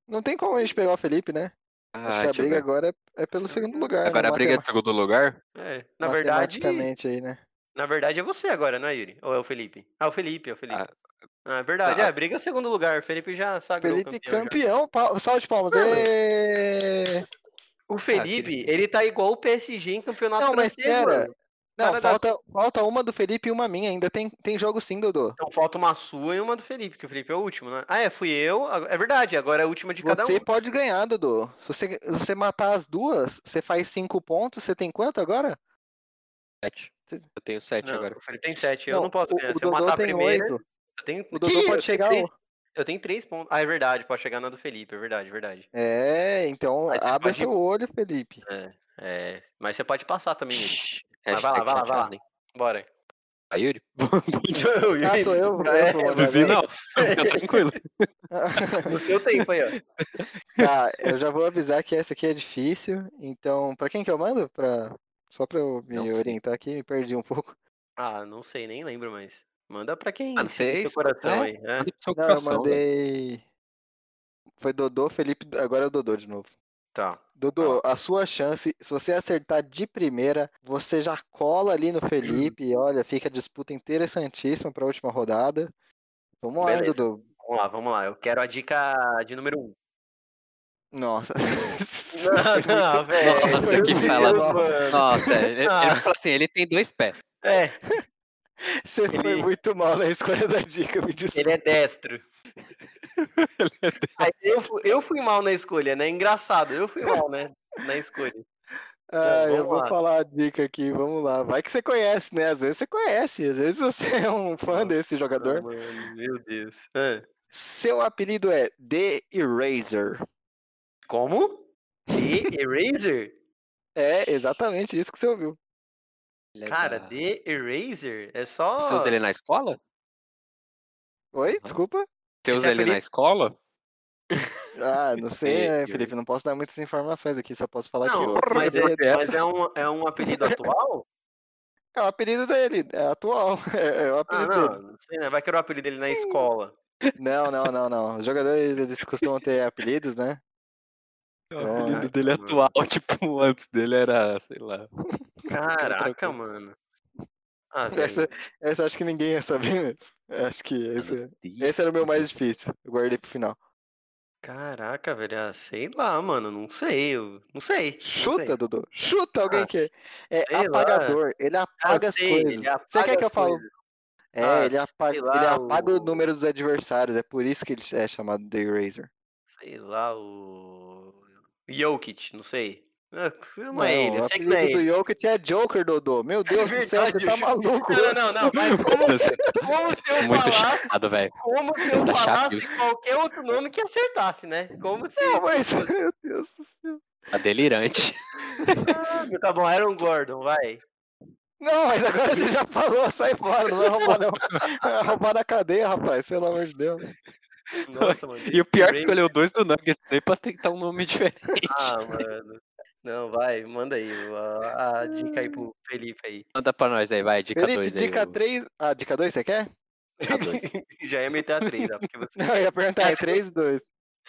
[SPEAKER 2] Não tem como a gente pegar o Felipe, né? Acho
[SPEAKER 1] Ah,
[SPEAKER 2] que a
[SPEAKER 1] deixa eu
[SPEAKER 2] briga
[SPEAKER 1] ver.
[SPEAKER 2] agora é, é pelo segundo lugar. né?
[SPEAKER 1] Agora a briga é de segundo lugar?
[SPEAKER 3] É, na
[SPEAKER 2] Matema-
[SPEAKER 3] verdade,
[SPEAKER 2] matematicamente aí, né?
[SPEAKER 3] na verdade é você agora, não é, Yuri? Ou é o Felipe? Ah, o Felipe, é o Felipe.
[SPEAKER 1] Ah.
[SPEAKER 3] Ah, é verdade.
[SPEAKER 1] Ah.
[SPEAKER 3] É, briga é o segundo lugar. O Felipe já sagrou
[SPEAKER 2] tá, Felipe
[SPEAKER 3] campeão. já.
[SPEAKER 2] campeão, pau- salve de palmas.
[SPEAKER 3] Mano.
[SPEAKER 2] Ê!
[SPEAKER 3] O Felipe,
[SPEAKER 1] Felipe.
[SPEAKER 3] ele tá igual o PSG em campeonato
[SPEAKER 2] ah, Não, mas
[SPEAKER 3] francês,
[SPEAKER 2] pera.
[SPEAKER 3] mano.
[SPEAKER 2] Não,
[SPEAKER 3] Cara da-
[SPEAKER 2] falta, falta uma do Felipe e uma minha. Ainda tem, tem jogo sim, Dodô.
[SPEAKER 3] Então falta uma sua e uma do Felipe, que o Felipe é o último, né? Ah, é, fui eu. ag- É verdade, agora é a última de cada um.
[SPEAKER 2] Você pode ganhar, Dodô. Se você, se você matar as duas, você faz cinco pontos. Você tem quanto agora?
[SPEAKER 1] Sete. Eu tenho sete
[SPEAKER 3] Não,
[SPEAKER 1] agora.
[SPEAKER 3] o Felipe tem 7, eu não, posso
[SPEAKER 2] o-
[SPEAKER 3] ganhar.
[SPEAKER 2] O,
[SPEAKER 3] Se eu
[SPEAKER 2] Dodô
[SPEAKER 3] matar a
[SPEAKER 2] tem
[SPEAKER 3] primeira,
[SPEAKER 2] oito.
[SPEAKER 3] eu tenho.
[SPEAKER 2] O Dodô
[SPEAKER 3] Ih, eu tenho
[SPEAKER 2] pode chegar. um.
[SPEAKER 3] três-
[SPEAKER 2] ao-
[SPEAKER 3] Eu tenho 3 pontos. Ah, é verdade, pode chegar na do Felipe, é verdade, verdade.
[SPEAKER 2] É, então
[SPEAKER 3] Mas você
[SPEAKER 2] abre
[SPEAKER 3] pode-
[SPEAKER 2] seu olho, Felipe.
[SPEAKER 3] É, mas você pode passar também, Yuri. Mas
[SPEAKER 1] Hashtag
[SPEAKER 3] vai lá, vai lá, vai lá. é
[SPEAKER 1] chateado, hein?
[SPEAKER 3] Bora.
[SPEAKER 1] Ah, Yuri?
[SPEAKER 2] Ah, sou eu? eu
[SPEAKER 3] É,
[SPEAKER 2] vou mandar
[SPEAKER 1] Produzir
[SPEAKER 2] agora?
[SPEAKER 1] não, fica tranquilo.
[SPEAKER 3] No seu tempo aí, ó.
[SPEAKER 2] Tá, eu já vou avisar que essa aqui é difícil. Então, pra quem que eu mando? Pra... Só pra eu me
[SPEAKER 1] Não sei.
[SPEAKER 2] orientar aqui, me perdi um pouco.
[SPEAKER 3] Ah, não sei, nem lembro mais. Manda pra quem
[SPEAKER 1] Ah, não
[SPEAKER 3] seguir
[SPEAKER 1] sei,
[SPEAKER 3] seu
[SPEAKER 1] se-
[SPEAKER 3] coração
[SPEAKER 1] é.
[SPEAKER 3] aí. né?
[SPEAKER 1] Manda pro seu
[SPEAKER 2] Não, eu
[SPEAKER 1] coração, velho.
[SPEAKER 2] mandei. Foi Dodô, Felipe. Agora é o Dodô de novo.
[SPEAKER 3] Tá.
[SPEAKER 2] Dodô, a sua chance, se você acertar de primeira, você já cola ali no Felipe. e olha, fica a disputa interessantíssima pra última rodada. Vamos lá, hein,
[SPEAKER 3] Beleza.
[SPEAKER 2] Dodô.
[SPEAKER 3] Vamos lá, vamos lá. Eu quero a dica de número 1. Um.
[SPEAKER 2] Nossa.
[SPEAKER 3] Não, não, velho.
[SPEAKER 1] Nossa,
[SPEAKER 2] que fala-
[SPEAKER 1] Nossa, ele, ele
[SPEAKER 3] Ah.
[SPEAKER 1] fala assim, ele tem dois pés.
[SPEAKER 3] É,
[SPEAKER 2] Você foi
[SPEAKER 3] Ele-
[SPEAKER 2] muito mal na escolha da dica, me desculpa.
[SPEAKER 3] ele é destro. Aí eu, fu- eu fui mal na escolha, né? Engraçado, eu fui mal, né? Na escolha.
[SPEAKER 2] Ah,
[SPEAKER 3] Bom,
[SPEAKER 2] eu
[SPEAKER 3] Então, vamos
[SPEAKER 2] vou
[SPEAKER 3] lá.
[SPEAKER 2] falar a dica aqui, vamos lá. Vai que você conhece, né? Às vezes você conhece, às vezes você é um fã desse
[SPEAKER 3] Nossa,
[SPEAKER 2] jogador.
[SPEAKER 3] mano, meu Deus. Ah,
[SPEAKER 2] Seu apelido é The Eraser.
[SPEAKER 3] Como? The Eraser?
[SPEAKER 2] É exatamente isso que você ouviu.
[SPEAKER 1] Ele é
[SPEAKER 3] Cara,
[SPEAKER 1] da-
[SPEAKER 3] The Eraser é só.
[SPEAKER 1] Você usa ele na escola?
[SPEAKER 2] Oi,
[SPEAKER 1] Ah.
[SPEAKER 2] desculpa?
[SPEAKER 1] Você
[SPEAKER 3] Esse
[SPEAKER 1] usa ele
[SPEAKER 3] apelido-
[SPEAKER 1] na escola?
[SPEAKER 2] Ah, não sei,
[SPEAKER 1] The
[SPEAKER 2] né, Felipe? Não posso dar muitas informações aqui, só posso falar que
[SPEAKER 3] Não,
[SPEAKER 2] o
[SPEAKER 3] mas, é,
[SPEAKER 2] apelido
[SPEAKER 1] Porque
[SPEAKER 3] mas é um, é um apelido atual?
[SPEAKER 2] é o apelido dele, é atual. É, é o
[SPEAKER 3] Ah,
[SPEAKER 2] apelido
[SPEAKER 3] não,
[SPEAKER 2] dele.
[SPEAKER 3] não sei, né? Vai que era o apelido dele na escola.
[SPEAKER 2] Não, não, não, não. Os jogadores eles costumam ter apelidos, né?
[SPEAKER 1] O
[SPEAKER 2] Então,
[SPEAKER 1] apelido
[SPEAKER 3] ai,
[SPEAKER 1] dele é
[SPEAKER 3] mano.
[SPEAKER 1] atual, tipo, antes dele era, sei lá.
[SPEAKER 3] Caraca,
[SPEAKER 1] coisa.
[SPEAKER 3] mano. Ah, velho.
[SPEAKER 2] Essa, essa acho que ninguém ia saber, mas acho que
[SPEAKER 3] Tá
[SPEAKER 2] esse, é,
[SPEAKER 1] Ih,
[SPEAKER 2] esse era o meu
[SPEAKER 1] mas-
[SPEAKER 2] mais difícil. Eu guardei pro final.
[SPEAKER 3] Caraca, velho. Ah, sei lá, mano. Não sei. Eu... Não sei. não sei.
[SPEAKER 2] Chuta, Dudu. Chuta alguém
[SPEAKER 3] Ah,
[SPEAKER 2] que é- é
[SPEAKER 3] sei lá.
[SPEAKER 2] apagador. Ele
[SPEAKER 3] Ah,
[SPEAKER 2] apaga as
[SPEAKER 3] sei,
[SPEAKER 2] coisas.
[SPEAKER 3] ele
[SPEAKER 2] Você quer
[SPEAKER 3] apaga
[SPEAKER 2] que eu
[SPEAKER 3] as
[SPEAKER 2] fale?
[SPEAKER 3] coisas.
[SPEAKER 2] É,
[SPEAKER 3] Ah,
[SPEAKER 2] ele
[SPEAKER 3] sei
[SPEAKER 2] apaga, ele
[SPEAKER 3] lá,
[SPEAKER 2] apaga o
[SPEAKER 3] o-
[SPEAKER 2] número dos adversários. É por isso que ele é chamado The Eraser.
[SPEAKER 3] Sei lá, o. Jokic, não sei. Ah, Não,
[SPEAKER 2] Não,
[SPEAKER 3] é ele,
[SPEAKER 2] o
[SPEAKER 3] eu sei que não é
[SPEAKER 2] apelido
[SPEAKER 3] ele.
[SPEAKER 2] do Jokic é Joker, Dodô. Meu Deus do céu, você
[SPEAKER 3] verdade,
[SPEAKER 2] tá
[SPEAKER 3] eu ju-
[SPEAKER 2] maluco.
[SPEAKER 3] Não, não,
[SPEAKER 1] é
[SPEAKER 3] não, mas como,
[SPEAKER 1] Você
[SPEAKER 3] como se
[SPEAKER 1] tá
[SPEAKER 3] eu
[SPEAKER 1] muito
[SPEAKER 3] falasse,
[SPEAKER 1] chapado, velho.
[SPEAKER 3] como se eu
[SPEAKER 1] Tá
[SPEAKER 3] falasse
[SPEAKER 1] chapado.
[SPEAKER 3] qualquer outro nome que acertasse, né? Como se.
[SPEAKER 2] Não, mas, meu Deus. do céu.
[SPEAKER 1] Tá delirante.
[SPEAKER 3] Ah, tá bom, Aaron Gordon, vai.
[SPEAKER 2] Não, mas agora você já falou, sai fora, não vai roubar não. Vai roubar na cadeia, rapaz, pelo amor de Deus.
[SPEAKER 3] Nossa, mano.
[SPEAKER 1] E o pior é que
[SPEAKER 3] Ray-
[SPEAKER 1] escolheu dois do Nuggets aí pra tentar um nome diferente.
[SPEAKER 3] Ah, mano. Não, vai, manda aí a, a dica aí pro Felipe aí.
[SPEAKER 1] Manda pra nós aí, vai, dica
[SPEAKER 2] Felipe,
[SPEAKER 1] 2 aí.
[SPEAKER 2] dica
[SPEAKER 1] o-
[SPEAKER 2] 3. Ah, dica 2 você quer?
[SPEAKER 3] Tá
[SPEAKER 1] dica dois.
[SPEAKER 3] Já ia meter a 3, tá? Porque você.
[SPEAKER 2] Não, eu ia perguntar, é 3 e 2.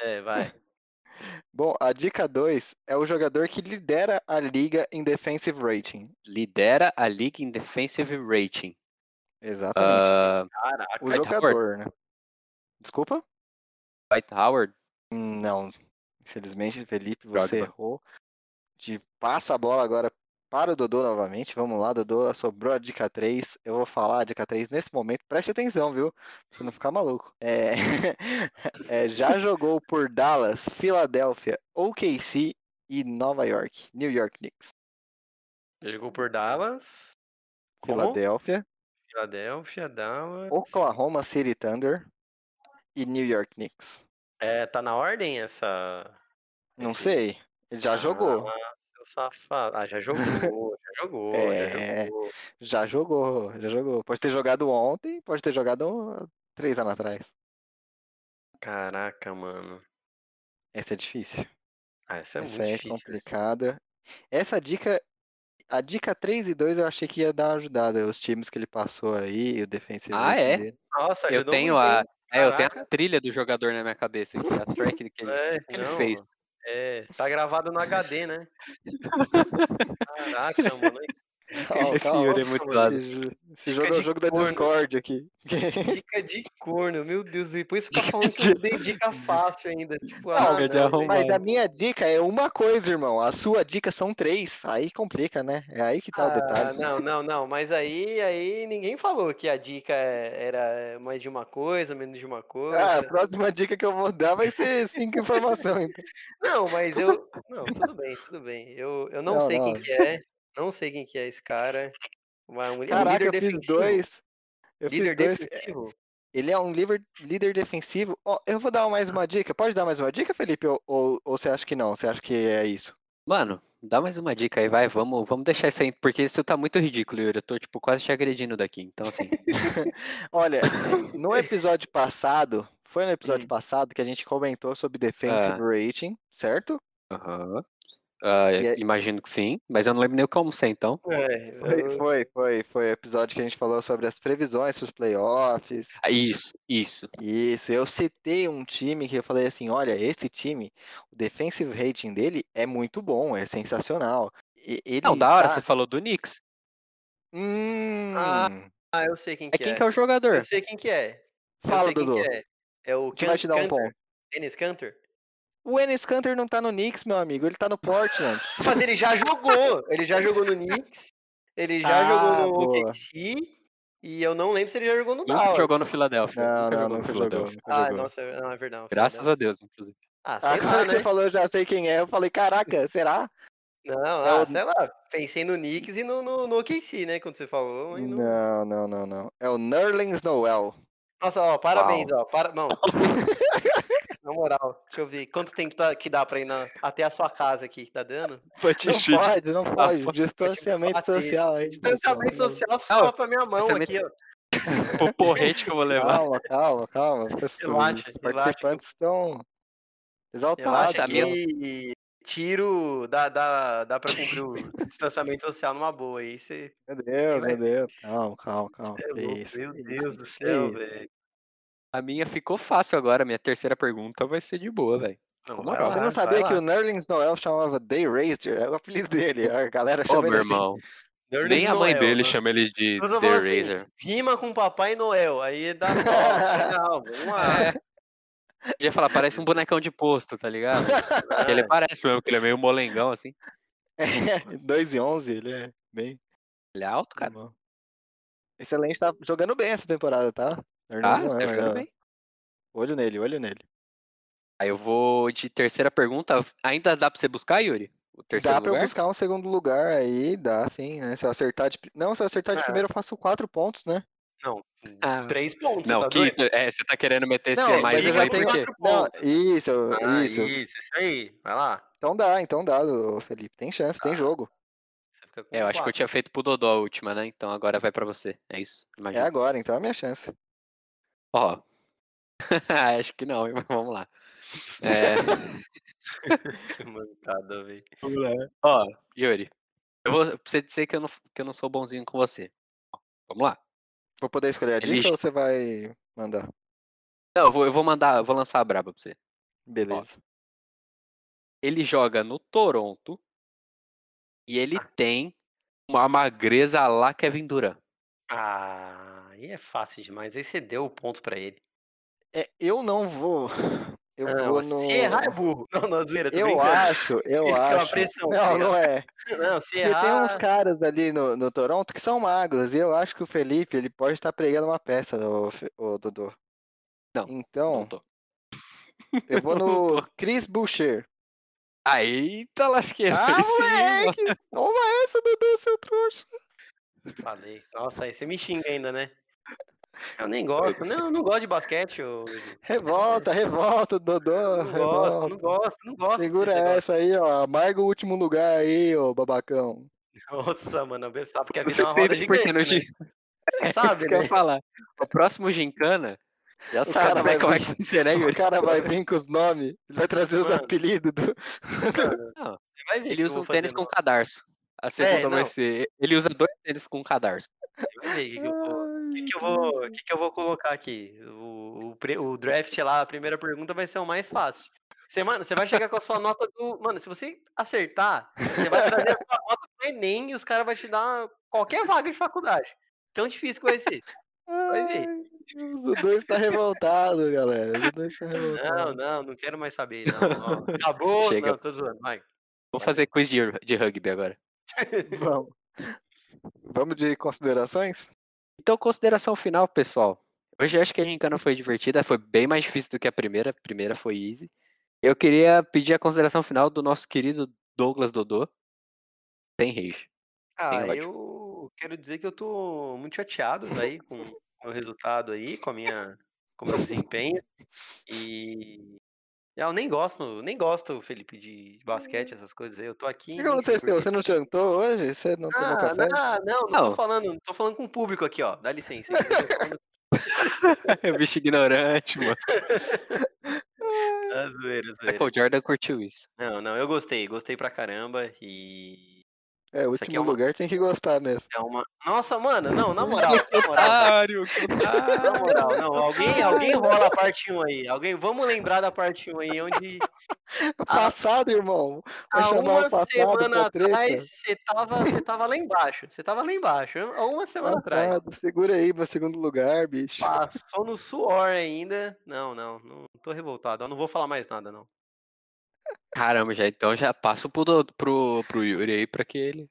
[SPEAKER 3] É, vai.
[SPEAKER 2] Bom, a dica 2 é o jogador que lidera a liga em defensive rating.
[SPEAKER 1] Lidera a liga em defensive rating.
[SPEAKER 2] Exatamente.
[SPEAKER 1] Ah,
[SPEAKER 3] Caraca.
[SPEAKER 2] o
[SPEAKER 1] Dwight
[SPEAKER 2] jogador, né? Desculpa?
[SPEAKER 1] Dwight Howard.
[SPEAKER 2] Hum, Não. Infelizmente, Felipe, você
[SPEAKER 1] Drogba.
[SPEAKER 2] errou. De passa a bola agora para o Dodô novamente. Vamos lá, Dodô. Sobrou a dica 3. Eu vou falar a dica 3 nesse momento. Preste atenção, viu? Pra você não ficar maluco. É... é, já jogou por Dallas, Filadélfia, OKC e Nova York. New York Knicks.
[SPEAKER 3] Jogou por Dallas. Como?
[SPEAKER 2] Filadélfia,
[SPEAKER 3] Filadélfia, Dallas.
[SPEAKER 2] Oklahoma City Thunder e New York Knicks.
[SPEAKER 3] É, tá na ordem essa.
[SPEAKER 2] Não
[SPEAKER 3] esse-
[SPEAKER 2] sei. Ele já jogou.
[SPEAKER 3] Ah, seu safado. Ah, já jogou, já jogou, já
[SPEAKER 2] É.
[SPEAKER 3] jogou.
[SPEAKER 2] Já jogou, já jogou. Pode ter jogado ontem, pode ter jogado há três anos atrás.
[SPEAKER 3] Caraca, mano.
[SPEAKER 2] Essa é difícil.
[SPEAKER 3] Ah, essa é
[SPEAKER 2] Essa
[SPEAKER 3] muito
[SPEAKER 2] é
[SPEAKER 3] difícil. velho.
[SPEAKER 2] complicada. Essa dica, a dica 3 e 2 eu achei que ia dar uma ajudada. Os times que ele passou aí, o defensivo.
[SPEAKER 1] Ah, é?
[SPEAKER 3] Nossa,
[SPEAKER 1] Eu
[SPEAKER 3] ajudou
[SPEAKER 1] tenho
[SPEAKER 3] muito,
[SPEAKER 1] a.
[SPEAKER 3] hein?
[SPEAKER 1] É, eu tenho a
[SPEAKER 3] Caraca.
[SPEAKER 1] trilha do jogador na minha cabeça aqui, a track que ele,
[SPEAKER 3] É,
[SPEAKER 1] que ele
[SPEAKER 3] não,
[SPEAKER 1] fez.
[SPEAKER 3] É, tá gravado no HD, né? Caraca, mano.
[SPEAKER 2] Calma,
[SPEAKER 1] Esse
[SPEAKER 2] calma,
[SPEAKER 1] Yuri é
[SPEAKER 3] calma,
[SPEAKER 1] muito
[SPEAKER 3] mano.
[SPEAKER 1] dado.
[SPEAKER 2] Esse jogo é o
[SPEAKER 3] de
[SPEAKER 2] jogo da
[SPEAKER 3] corno.
[SPEAKER 2] Discord aqui.
[SPEAKER 3] Dica de corno, meu Deus. E por isso tá falando que eu dei dica fácil ainda. Tipo,
[SPEAKER 2] Não,
[SPEAKER 3] ah,
[SPEAKER 1] é de
[SPEAKER 3] não,
[SPEAKER 1] arrombar.
[SPEAKER 2] Mas
[SPEAKER 1] Vai.
[SPEAKER 2] a minha dica é uma coisa, irmão. A sua dica são três. Aí complica, né? É aí que tá o
[SPEAKER 3] Ah,
[SPEAKER 2] detalhe.
[SPEAKER 3] não, não, não, mas aí, aí ninguém falou que a dica é- era mais de uma coisa, menos de uma
[SPEAKER 2] Ah,
[SPEAKER 3] coisa.
[SPEAKER 2] a próxima dica que eu vou dar vai ser cinco informações.
[SPEAKER 3] Não, mas eu. Não, tudo bem, tudo bem. Eu, eu não,
[SPEAKER 2] Não,
[SPEAKER 3] sei quem
[SPEAKER 2] não.
[SPEAKER 3] que é. Não sei quem que é esse cara. Mas um, é um
[SPEAKER 2] Caraca, eu
[SPEAKER 3] líder
[SPEAKER 2] fiz
[SPEAKER 3] defensivo.
[SPEAKER 2] dois. Eu
[SPEAKER 3] líder
[SPEAKER 2] fiz dois.
[SPEAKER 3] defensivo?
[SPEAKER 2] Ele é um líder, líder defensivo. Ó, eu vou dar mais uma dica. Pode dar mais uma dica, Felipe? Ou, ou, ou você acha que não? Você acha que é isso?
[SPEAKER 1] Mano, dá mais uma dica aí, vai, vamos, vamos deixar isso aí, porque isso tá muito ridículo, Yuri. Eu tô, tipo, quase te agredindo daqui. Então, assim,
[SPEAKER 2] Olha, no episódio passado, foi no episódio
[SPEAKER 3] Hum. Ah.
[SPEAKER 2] passado que a gente comentou sobre defensive rating, certo?
[SPEAKER 1] aham. Ah,
[SPEAKER 2] E aí-
[SPEAKER 1] imagino que sim, mas eu não lembro nem o que eu almocei, então.
[SPEAKER 3] É,
[SPEAKER 2] Foi,
[SPEAKER 3] eu-
[SPEAKER 2] foi, foi, foi o episódio que a gente falou sobre as previsões para os playoffs.
[SPEAKER 1] Ah, Isso, isso.
[SPEAKER 2] Isso, eu citei um time que eu falei assim, olha, esse time, o defensive rating dele é muito bom, é sensacional. E ele
[SPEAKER 1] Não, da hora,
[SPEAKER 2] tá-
[SPEAKER 1] você falou do Knicks.
[SPEAKER 2] Hum,
[SPEAKER 3] Ah, eu sei quem
[SPEAKER 1] É
[SPEAKER 3] que
[SPEAKER 1] quem que é o jogador?
[SPEAKER 3] Eu sei quem que é. Eu
[SPEAKER 2] fala,
[SPEAKER 3] sei quem
[SPEAKER 2] Dudu.
[SPEAKER 3] que é. É o
[SPEAKER 2] que vai te dar um
[SPEAKER 3] Cantor.
[SPEAKER 2] ponto.
[SPEAKER 3] Enes Cantor?
[SPEAKER 2] O Enes Kanter não tá no Knicks, meu amigo, ele tá no Portland.
[SPEAKER 3] Mas ele já jogou. Ele já jogou no Knicks. Ele já
[SPEAKER 2] Ah,
[SPEAKER 3] jogou no
[SPEAKER 2] boa.
[SPEAKER 3] OKC. E eu não lembro se ele já jogou no
[SPEAKER 1] Nunca
[SPEAKER 3] Dallas.
[SPEAKER 1] jogou no Filadélfia.
[SPEAKER 2] Não,
[SPEAKER 1] nunca
[SPEAKER 2] não,
[SPEAKER 1] jogou no
[SPEAKER 2] nunca jogou.
[SPEAKER 1] Filadélfia.
[SPEAKER 2] nunca
[SPEAKER 3] Ah,
[SPEAKER 2] jogou.
[SPEAKER 3] nossa, não, é verdade.
[SPEAKER 1] Graças a Deus, inclusive.
[SPEAKER 3] Ah, sei
[SPEAKER 2] Agora
[SPEAKER 3] lá,
[SPEAKER 2] que
[SPEAKER 3] né?
[SPEAKER 2] você falou, eu já sei quem é. Eu falei, caraca, será?
[SPEAKER 3] Não,
[SPEAKER 2] É
[SPEAKER 3] ah,
[SPEAKER 2] o-
[SPEAKER 3] sei lá. Pensei no Knicks e no, no, no OKC, né? Quando você falou. mas não-
[SPEAKER 2] Não, não, não, não. É o Nerlens Noel.
[SPEAKER 3] Nossa, ó, parabéns, ó. Para... Não. Na moral, deixa eu ver. Quanto tempo tá- que dá pra ir na- até a sua casa aqui? Tá dando?
[SPEAKER 2] Não pode, não pode.
[SPEAKER 1] pode
[SPEAKER 2] Distanciamento
[SPEAKER 3] Ah, bater.
[SPEAKER 2] social aí.
[SPEAKER 3] Distanciamento
[SPEAKER 2] pessoal.
[SPEAKER 3] social só pra minha mão
[SPEAKER 1] distanciamento-
[SPEAKER 3] aqui, ó.
[SPEAKER 1] Pro porrete que eu vou levar.
[SPEAKER 2] Calma, calma, calma. pessoal,
[SPEAKER 3] Relaxa,
[SPEAKER 2] Os
[SPEAKER 3] relaxa.
[SPEAKER 2] participantes estão
[SPEAKER 3] Eu
[SPEAKER 2] exaltados.
[SPEAKER 3] acho
[SPEAKER 1] tá mesmo.
[SPEAKER 3] que tiro dá, dá, dá pra cumprir o distanciamento social numa boa aí. Você
[SPEAKER 2] Meu Deus,
[SPEAKER 3] vai-
[SPEAKER 2] meu Deus. Calma, calma, calma.
[SPEAKER 3] é
[SPEAKER 2] que
[SPEAKER 3] louco,
[SPEAKER 2] isso,
[SPEAKER 3] meu
[SPEAKER 2] que
[SPEAKER 3] Deus
[SPEAKER 2] isso,
[SPEAKER 3] do
[SPEAKER 2] que
[SPEAKER 3] céu,
[SPEAKER 2] isso.
[SPEAKER 3] velho.
[SPEAKER 1] A minha ficou fácil agora. Minha terceira pergunta vai ser de boa, velho.
[SPEAKER 3] Não,
[SPEAKER 1] Na
[SPEAKER 3] vai
[SPEAKER 1] moral.
[SPEAKER 2] Você
[SPEAKER 3] lá,
[SPEAKER 2] não
[SPEAKER 3] vai
[SPEAKER 2] sabia que
[SPEAKER 3] lá.
[SPEAKER 2] o Nerlens Noel chamava Day Racer? É o apelido dele. A galera
[SPEAKER 1] Ô,
[SPEAKER 2] chama
[SPEAKER 1] meu
[SPEAKER 2] ele assim.
[SPEAKER 1] irmão.
[SPEAKER 3] Nerds
[SPEAKER 1] Nem a mãe
[SPEAKER 3] Noel,
[SPEAKER 1] dele
[SPEAKER 3] né?
[SPEAKER 1] chama ele de
[SPEAKER 3] Mas eu
[SPEAKER 1] The
[SPEAKER 3] falo assim,
[SPEAKER 1] Razor.
[SPEAKER 3] Rima com Papai Noel, aí dá pau. Não, vamos lá.
[SPEAKER 1] Podia falar, parece um bonecão de posto, tá ligado? Que Ele parece mesmo, que ele é meio molengão, assim.
[SPEAKER 2] É, 2 e 11, ele é bem...
[SPEAKER 1] Ele é alto, cara.
[SPEAKER 2] Bom. Excelente, tá jogando bem essa temporada, tá? Arnaldo
[SPEAKER 1] Tá,
[SPEAKER 2] Noel,
[SPEAKER 1] tá jogando
[SPEAKER 2] Arnaldo.
[SPEAKER 1] bem.
[SPEAKER 2] Olho nele, olho nele.
[SPEAKER 1] Aí eu vou de terceira pergunta. Ainda dá pra você buscar, Yuri? O terceiro
[SPEAKER 2] dá pra eu
[SPEAKER 1] lugar?
[SPEAKER 2] buscar um segundo lugar aí, dá sim, né? Se eu acertar de. pri- Não, se eu acertar de
[SPEAKER 3] Ah.
[SPEAKER 2] primeiro, eu faço quatro pontos, né?
[SPEAKER 1] Ah,
[SPEAKER 3] Três pontos,
[SPEAKER 1] não,
[SPEAKER 3] tá
[SPEAKER 1] que, é, você tá querendo meter esse
[SPEAKER 3] Não,
[SPEAKER 1] a mais
[SPEAKER 2] mas eu
[SPEAKER 1] um
[SPEAKER 2] já
[SPEAKER 1] aí
[SPEAKER 2] tenho-
[SPEAKER 1] porque.
[SPEAKER 3] quatro
[SPEAKER 2] Não,
[SPEAKER 3] pontos.
[SPEAKER 2] isso,
[SPEAKER 3] Ah,
[SPEAKER 2] isso.
[SPEAKER 3] isso, isso aí. Vai lá.
[SPEAKER 2] Então dá, então dá, ô, Felipe. Tem chance, tem
[SPEAKER 3] Tá.
[SPEAKER 2] jogo.
[SPEAKER 3] Você fica com
[SPEAKER 1] É, eu acho que eu
[SPEAKER 3] quatro.
[SPEAKER 1] tinha feito pro Dodó a última, né? Então agora vai pra você. É isso.
[SPEAKER 2] É
[SPEAKER 1] Imagina.
[SPEAKER 2] agora, então é a minha chance.
[SPEAKER 1] Ó. acho que não, hein, mas vamos lá. É,
[SPEAKER 3] Mancada, velho.
[SPEAKER 1] Ó, Yuri. Eu vou pra você dizer que eu, não, que eu não sou bonzinho com você. Ó, Vamos lá.
[SPEAKER 2] Vou poder escolher a dica
[SPEAKER 1] lixo.
[SPEAKER 2] ou você vai mandar?
[SPEAKER 1] Não, eu vou, eu vou mandar, eu vou lançar a braba pra você.
[SPEAKER 2] Beleza.
[SPEAKER 1] ele joga no Toronto e ele
[SPEAKER 2] Ah.
[SPEAKER 1] tem uma magreza lá Kevin Durant.
[SPEAKER 3] Ah, aí é fácil demais. Aí você deu o ponto pra ele.
[SPEAKER 2] É, eu não vou. Eu
[SPEAKER 3] Não,
[SPEAKER 2] vou no.
[SPEAKER 3] se errar é burro. Não, não, zoeira, tô
[SPEAKER 2] Eu
[SPEAKER 3] brincando.
[SPEAKER 2] acho, eu
[SPEAKER 3] Aquela
[SPEAKER 2] acho.
[SPEAKER 3] pressão, tá
[SPEAKER 2] Não,
[SPEAKER 3] ligado?
[SPEAKER 2] não é.
[SPEAKER 3] Não, se
[SPEAKER 2] Porque tem uns
[SPEAKER 3] errar...
[SPEAKER 2] caras ali no, no Toronto que são magros, e eu acho que o Felipe ele pode estar pregando uma peça, o, Dodô.
[SPEAKER 1] Não, Não
[SPEAKER 2] Então,
[SPEAKER 1] tô.
[SPEAKER 2] eu vou no Chris Boucher.
[SPEAKER 1] Aí tá lasqueiro.
[SPEAKER 2] Ah,
[SPEAKER 1] aí sim, mano.
[SPEAKER 2] moleque! Toma essa, Dudu, seu trouxa.
[SPEAKER 3] Falei. Nossa, aí você me xinga ainda, né? Eu nem gosto. Não, eu não gosto de basquete. Eu...
[SPEAKER 2] Revolta, revolta, Dodô.
[SPEAKER 3] Não gosto,
[SPEAKER 2] Revolta.
[SPEAKER 3] não gosto, não gosto.
[SPEAKER 2] Segura
[SPEAKER 3] desses negócios.
[SPEAKER 2] essa aí, ó. Amarga o último lugar aí, ô babacão.
[SPEAKER 3] Nossa, mano, eu sabe porque a vida
[SPEAKER 1] Você
[SPEAKER 3] é uma roda
[SPEAKER 1] entende por
[SPEAKER 3] gigante.
[SPEAKER 1] que no
[SPEAKER 3] né?
[SPEAKER 1] Gin-
[SPEAKER 3] Você
[SPEAKER 1] É
[SPEAKER 3] sabe,
[SPEAKER 1] isso que eu
[SPEAKER 3] né?
[SPEAKER 1] ia falar. O próximo Gincana, já
[SPEAKER 2] cara
[SPEAKER 1] sabe né,
[SPEAKER 2] vai
[SPEAKER 1] como é
[SPEAKER 2] vir-
[SPEAKER 1] que vai ser, né,
[SPEAKER 2] O
[SPEAKER 1] Yuri?
[SPEAKER 2] cara vai vir com os nomes, ele vai trazer os
[SPEAKER 3] Mano.
[SPEAKER 2] apelidos do.
[SPEAKER 3] Você vai ver que
[SPEAKER 1] Ele
[SPEAKER 3] eu
[SPEAKER 1] usa
[SPEAKER 3] vou
[SPEAKER 1] um tênis
[SPEAKER 3] fazer,
[SPEAKER 1] com cadarço. A segunda vai
[SPEAKER 3] não.
[SPEAKER 1] ser. Ele usa dois tênis com cadarço.
[SPEAKER 3] não. Vai ver que que eu vou- que que eu vou, que que eu vou colocar aqui? O, o, pre- o draft lá, a primeira pergunta vai ser o mais fácil. Você, mano, você vai chegar com a sua nota do. Mano, se você acertar, você vai trazer a sua nota pro Enem e os caras vão te dar qualquer vaga de faculdade. Tão difícil que vai ser. Vai ver.
[SPEAKER 2] Ai, O Dudu está revoltado, galera. O Dudu está
[SPEAKER 3] Não,
[SPEAKER 2] revoltado.
[SPEAKER 3] não, não quero mais saber. Não, ó, acabou.
[SPEAKER 1] Chega.
[SPEAKER 3] Não, tô zoando. Vai.
[SPEAKER 1] Vamos fazer quiz de, de rugby agora.
[SPEAKER 2] Vamos. Vamos de considerações?
[SPEAKER 1] Então, consideração final, pessoal. Hoje eu acho que a gincana foi divertida, foi bem mais difícil do que a primeira. A primeira foi easy. Eu queria pedir a consideração final do nosso querido Douglas Dodô. Tem rage.
[SPEAKER 3] Ah,
[SPEAKER 1] ódio.
[SPEAKER 3] eu quero dizer que eu tô muito chateado daí com o meu resultado aí, com a minha, com o meu desempenho. E ah, eu nem gosto, nem gosto, Felipe, de basquete, essas coisas aí. Eu tô aqui.
[SPEAKER 2] O que
[SPEAKER 3] nem Hum. sei
[SPEAKER 2] aconteceu?
[SPEAKER 3] por quê.
[SPEAKER 2] Você não jantou hoje? Você não tomou
[SPEAKER 3] Ah,
[SPEAKER 2] café?
[SPEAKER 3] não, não, não
[SPEAKER 1] Não.
[SPEAKER 3] tô falando, não tô falando com o público aqui, ó. Dá licença. aí, eu tô falando
[SPEAKER 1] É bicho ignorante, mano.
[SPEAKER 3] Ah, zoeira, zoeira.
[SPEAKER 1] Michael Jordan curtiu isso.
[SPEAKER 3] Não, não, eu gostei, gostei pra caramba e
[SPEAKER 2] É, o
[SPEAKER 3] isso aqui
[SPEAKER 2] último
[SPEAKER 3] é uma-
[SPEAKER 2] lugar tem que gostar mesmo.
[SPEAKER 3] é uma. Nossa, mano, não, na moral, na moral.
[SPEAKER 1] Otário,
[SPEAKER 3] Na moral, não. Alguém, alguém rola a parte 1 aí. Alguém, vamos lembrar da parte 1 aí, onde
[SPEAKER 2] É Passado, irmão. Vai
[SPEAKER 3] Ah. há
[SPEAKER 2] chamar o
[SPEAKER 3] uma
[SPEAKER 2] passado
[SPEAKER 3] semana
[SPEAKER 2] pra treta?
[SPEAKER 3] atrás você tava, você tava lá embaixo. Você tava lá embaixo. Há uma
[SPEAKER 2] Ah,
[SPEAKER 3] semana atrás.
[SPEAKER 2] Passado. Segura aí pro segundo lugar, bicho.
[SPEAKER 3] Passou no suor ainda. Não, não, não tô revoltado. Eu não vou falar mais nada, não.
[SPEAKER 1] Caramba, já então já passo pro, Dodô- pro, pro Yuri aí pra que ele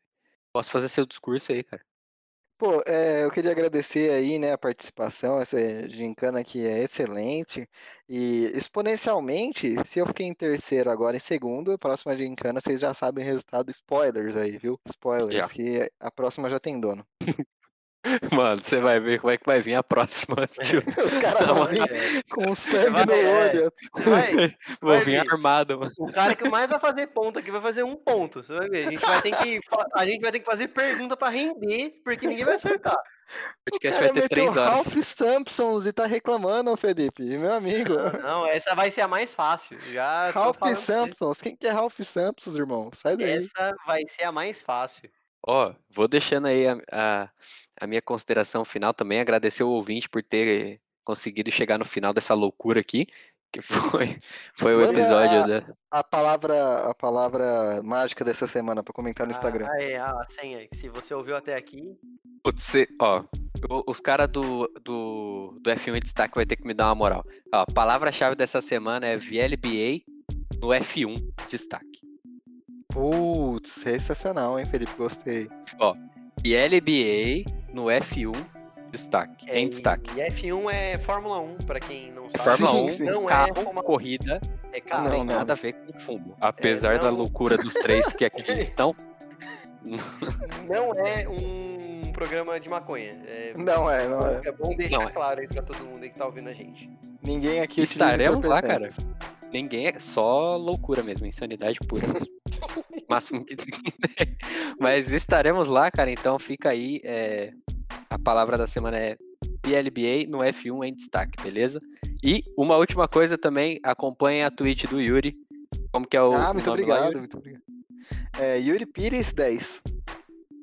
[SPEAKER 1] possa fazer seu discurso aí, cara.
[SPEAKER 2] Pô, é, eu queria agradecer aí, né, a participação, essa gincana aqui é excelente e exponencialmente, se eu fiquei em terceiro agora em segundo, a próxima gincana vocês já sabem o resultado, spoilers aí, viu? Spoilers,
[SPEAKER 1] Já.
[SPEAKER 2] que a próxima já tem dono.
[SPEAKER 1] Mano, você vai ver como é que vai vir a próxima. tio.
[SPEAKER 2] Os caras
[SPEAKER 1] Não,
[SPEAKER 2] vão
[SPEAKER 1] mas-
[SPEAKER 2] vir com sangue
[SPEAKER 3] Vai,
[SPEAKER 2] no
[SPEAKER 3] é.
[SPEAKER 2] olho.
[SPEAKER 3] Vai,
[SPEAKER 1] Vou
[SPEAKER 3] vai
[SPEAKER 1] vir
[SPEAKER 3] vir.
[SPEAKER 1] armado, mano.
[SPEAKER 3] o cara que mais vai fazer ponto aqui vai fazer um ponto. Você vai ver. A gente vai ter que, fa- a gente vai ter que fazer pergunta pra render, porque ninguém vai acertar.
[SPEAKER 1] O
[SPEAKER 2] O
[SPEAKER 1] podcast
[SPEAKER 2] cara
[SPEAKER 1] vai ter
[SPEAKER 2] meteu
[SPEAKER 1] três horas.
[SPEAKER 2] um Ralph Sampsons e tá reclamando, ô Felipe, meu amigo.
[SPEAKER 3] Não, não, essa vai ser a mais fácil. Já Ah, tô
[SPEAKER 2] Ralph
[SPEAKER 3] falando pra você.
[SPEAKER 2] Sampsons, quem que é Ralph Sampsons, irmão? Sai daí.
[SPEAKER 3] Essa vai ser a mais fácil.
[SPEAKER 1] Ó, vou deixando aí a, a, a minha consideração final também, agradecer o ouvinte por ter conseguido chegar no final dessa loucura aqui, que foi, foi o
[SPEAKER 2] Manda
[SPEAKER 1] episódio
[SPEAKER 2] a-
[SPEAKER 1] da...
[SPEAKER 2] A palavra, a palavra mágica dessa semana pra comentar no Instagram.
[SPEAKER 3] Ah, ah, é, a senha. que Se você ouviu até aqui,
[SPEAKER 1] Putz, cê- ó, o- os caras do, do, do F1 em Destaque vai ter que me dar uma moral. Ó, a palavra-chave dessa semana é VLBA no F1 Destaque.
[SPEAKER 2] Putz, sensacional, hein, Felipe? Gostei.
[SPEAKER 1] VLBA no F1 Destaque,
[SPEAKER 3] É,
[SPEAKER 1] em destaque.
[SPEAKER 3] E F1 é Fórmula 1, pra quem não sabe.
[SPEAKER 1] Fórmula
[SPEAKER 2] sim,
[SPEAKER 1] 1,
[SPEAKER 2] sim.
[SPEAKER 3] Não é
[SPEAKER 1] carro,
[SPEAKER 3] Fórmula
[SPEAKER 1] corrida,
[SPEAKER 3] é
[SPEAKER 1] não,
[SPEAKER 3] carro.
[SPEAKER 2] Não,
[SPEAKER 1] tem
[SPEAKER 2] não. É,
[SPEAKER 1] nada a ver com fumo. Apesar da
[SPEAKER 3] não.
[SPEAKER 1] loucura dos três que aqui estão,
[SPEAKER 3] Não é um programa de maconha. É,
[SPEAKER 2] Não é, não é.
[SPEAKER 3] é bom deixar
[SPEAKER 1] Não é.
[SPEAKER 3] claro aí pra todo mundo aí que tá ouvindo a gente.
[SPEAKER 2] Ninguém aqui utiliza
[SPEAKER 1] estaremos lá, cara.
[SPEAKER 2] entorpecentes.
[SPEAKER 1] Ninguém é só loucura mesmo, insanidade pura mesmo. O Máximo que tem, né? Mas estaremos lá, cara. Então fica aí. é, A palavra da semana é PLBA no F1 em destaque, beleza? E uma última coisa também, acompanhem a tweet do Yuri. Como que é o.
[SPEAKER 2] Ah,
[SPEAKER 1] o
[SPEAKER 2] muito
[SPEAKER 1] nome lá,
[SPEAKER 2] obrigado,
[SPEAKER 1] Yuri?
[SPEAKER 2] muito obrigado. É, Yuri Pires 10.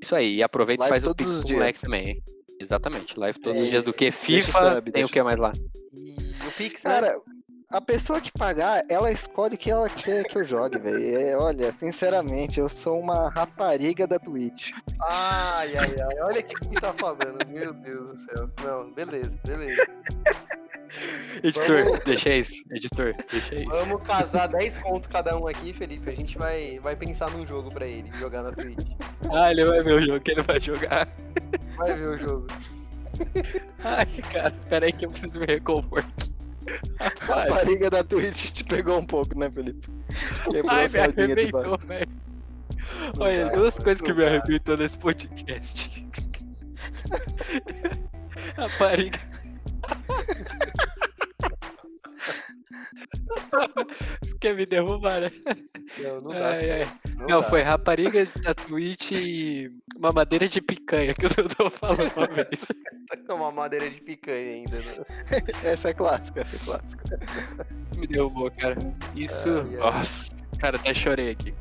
[SPEAKER 1] Isso aí, e aproveita e
[SPEAKER 2] Live
[SPEAKER 1] faz o
[SPEAKER 2] todos
[SPEAKER 1] Pix
[SPEAKER 2] os
[SPEAKER 1] pro
[SPEAKER 2] dias.
[SPEAKER 1] moleque também, hein? Exatamente, live todos os
[SPEAKER 3] É,
[SPEAKER 1] dias do que?
[SPEAKER 2] deixa o
[SPEAKER 1] FIFA,
[SPEAKER 2] sub,
[SPEAKER 1] tem o
[SPEAKER 2] deixa
[SPEAKER 1] que
[SPEAKER 2] o
[SPEAKER 1] mais lá?
[SPEAKER 3] E o Pix, né?
[SPEAKER 2] Cara, a pessoa que pagar, ela escolhe o que ela quer que eu jogue, velho. É, olha, sinceramente, eu sou uma rapariga da Twitch.
[SPEAKER 3] Ai, ai, ai. Olha o que que tá falando. Meu Deus do céu. Não, beleza, beleza.
[SPEAKER 1] Editor, deixa isso, editor, deixa isso.
[SPEAKER 3] Vamos casar 10 conto cada um aqui, Felipe. A gente vai, vai pensar num jogo pra ele jogar na Twitch.
[SPEAKER 1] Ah, ele vai ver o jogo que ele vai jogar.
[SPEAKER 3] Vai ver o jogo.
[SPEAKER 1] Ai, cara, peraí que eu preciso me recompor aqui. Rapaz,
[SPEAKER 2] Rapariga da Twitch te pegou um pouco, né, Felipe? Quebrou
[SPEAKER 1] ai, me
[SPEAKER 2] a saudinha de
[SPEAKER 1] arrebentou,
[SPEAKER 2] baixo.
[SPEAKER 1] velho.
[SPEAKER 2] Não
[SPEAKER 1] Olha,
[SPEAKER 2] dá,
[SPEAKER 1] duas
[SPEAKER 2] mano,
[SPEAKER 1] coisas que
[SPEAKER 2] não
[SPEAKER 1] me
[SPEAKER 2] dá.
[SPEAKER 1] arrebentou nesse podcast. Rapariga. Você quer me derrubar, né?
[SPEAKER 3] Não, não dá
[SPEAKER 1] Ai, ai.
[SPEAKER 3] certo. Não,
[SPEAKER 1] Não,
[SPEAKER 3] dá.
[SPEAKER 1] foi rapariga da Twitch e mamadeira de picanha que eu tô falando uma vez.
[SPEAKER 3] Tá Uma madeira de picanha ainda, né?
[SPEAKER 2] Essa é clássica, essa é clássica.
[SPEAKER 1] Me derrubou, cara. Isso.
[SPEAKER 3] Ai, ai.
[SPEAKER 1] Nossa. Cara, até chorei aqui.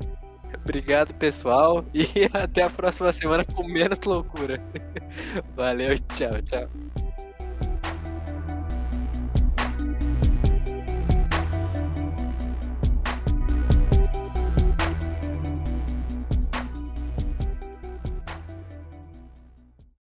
[SPEAKER 1] Obrigado, pessoal. E até a próxima semana com menos loucura. Valeu, tchau, tchau.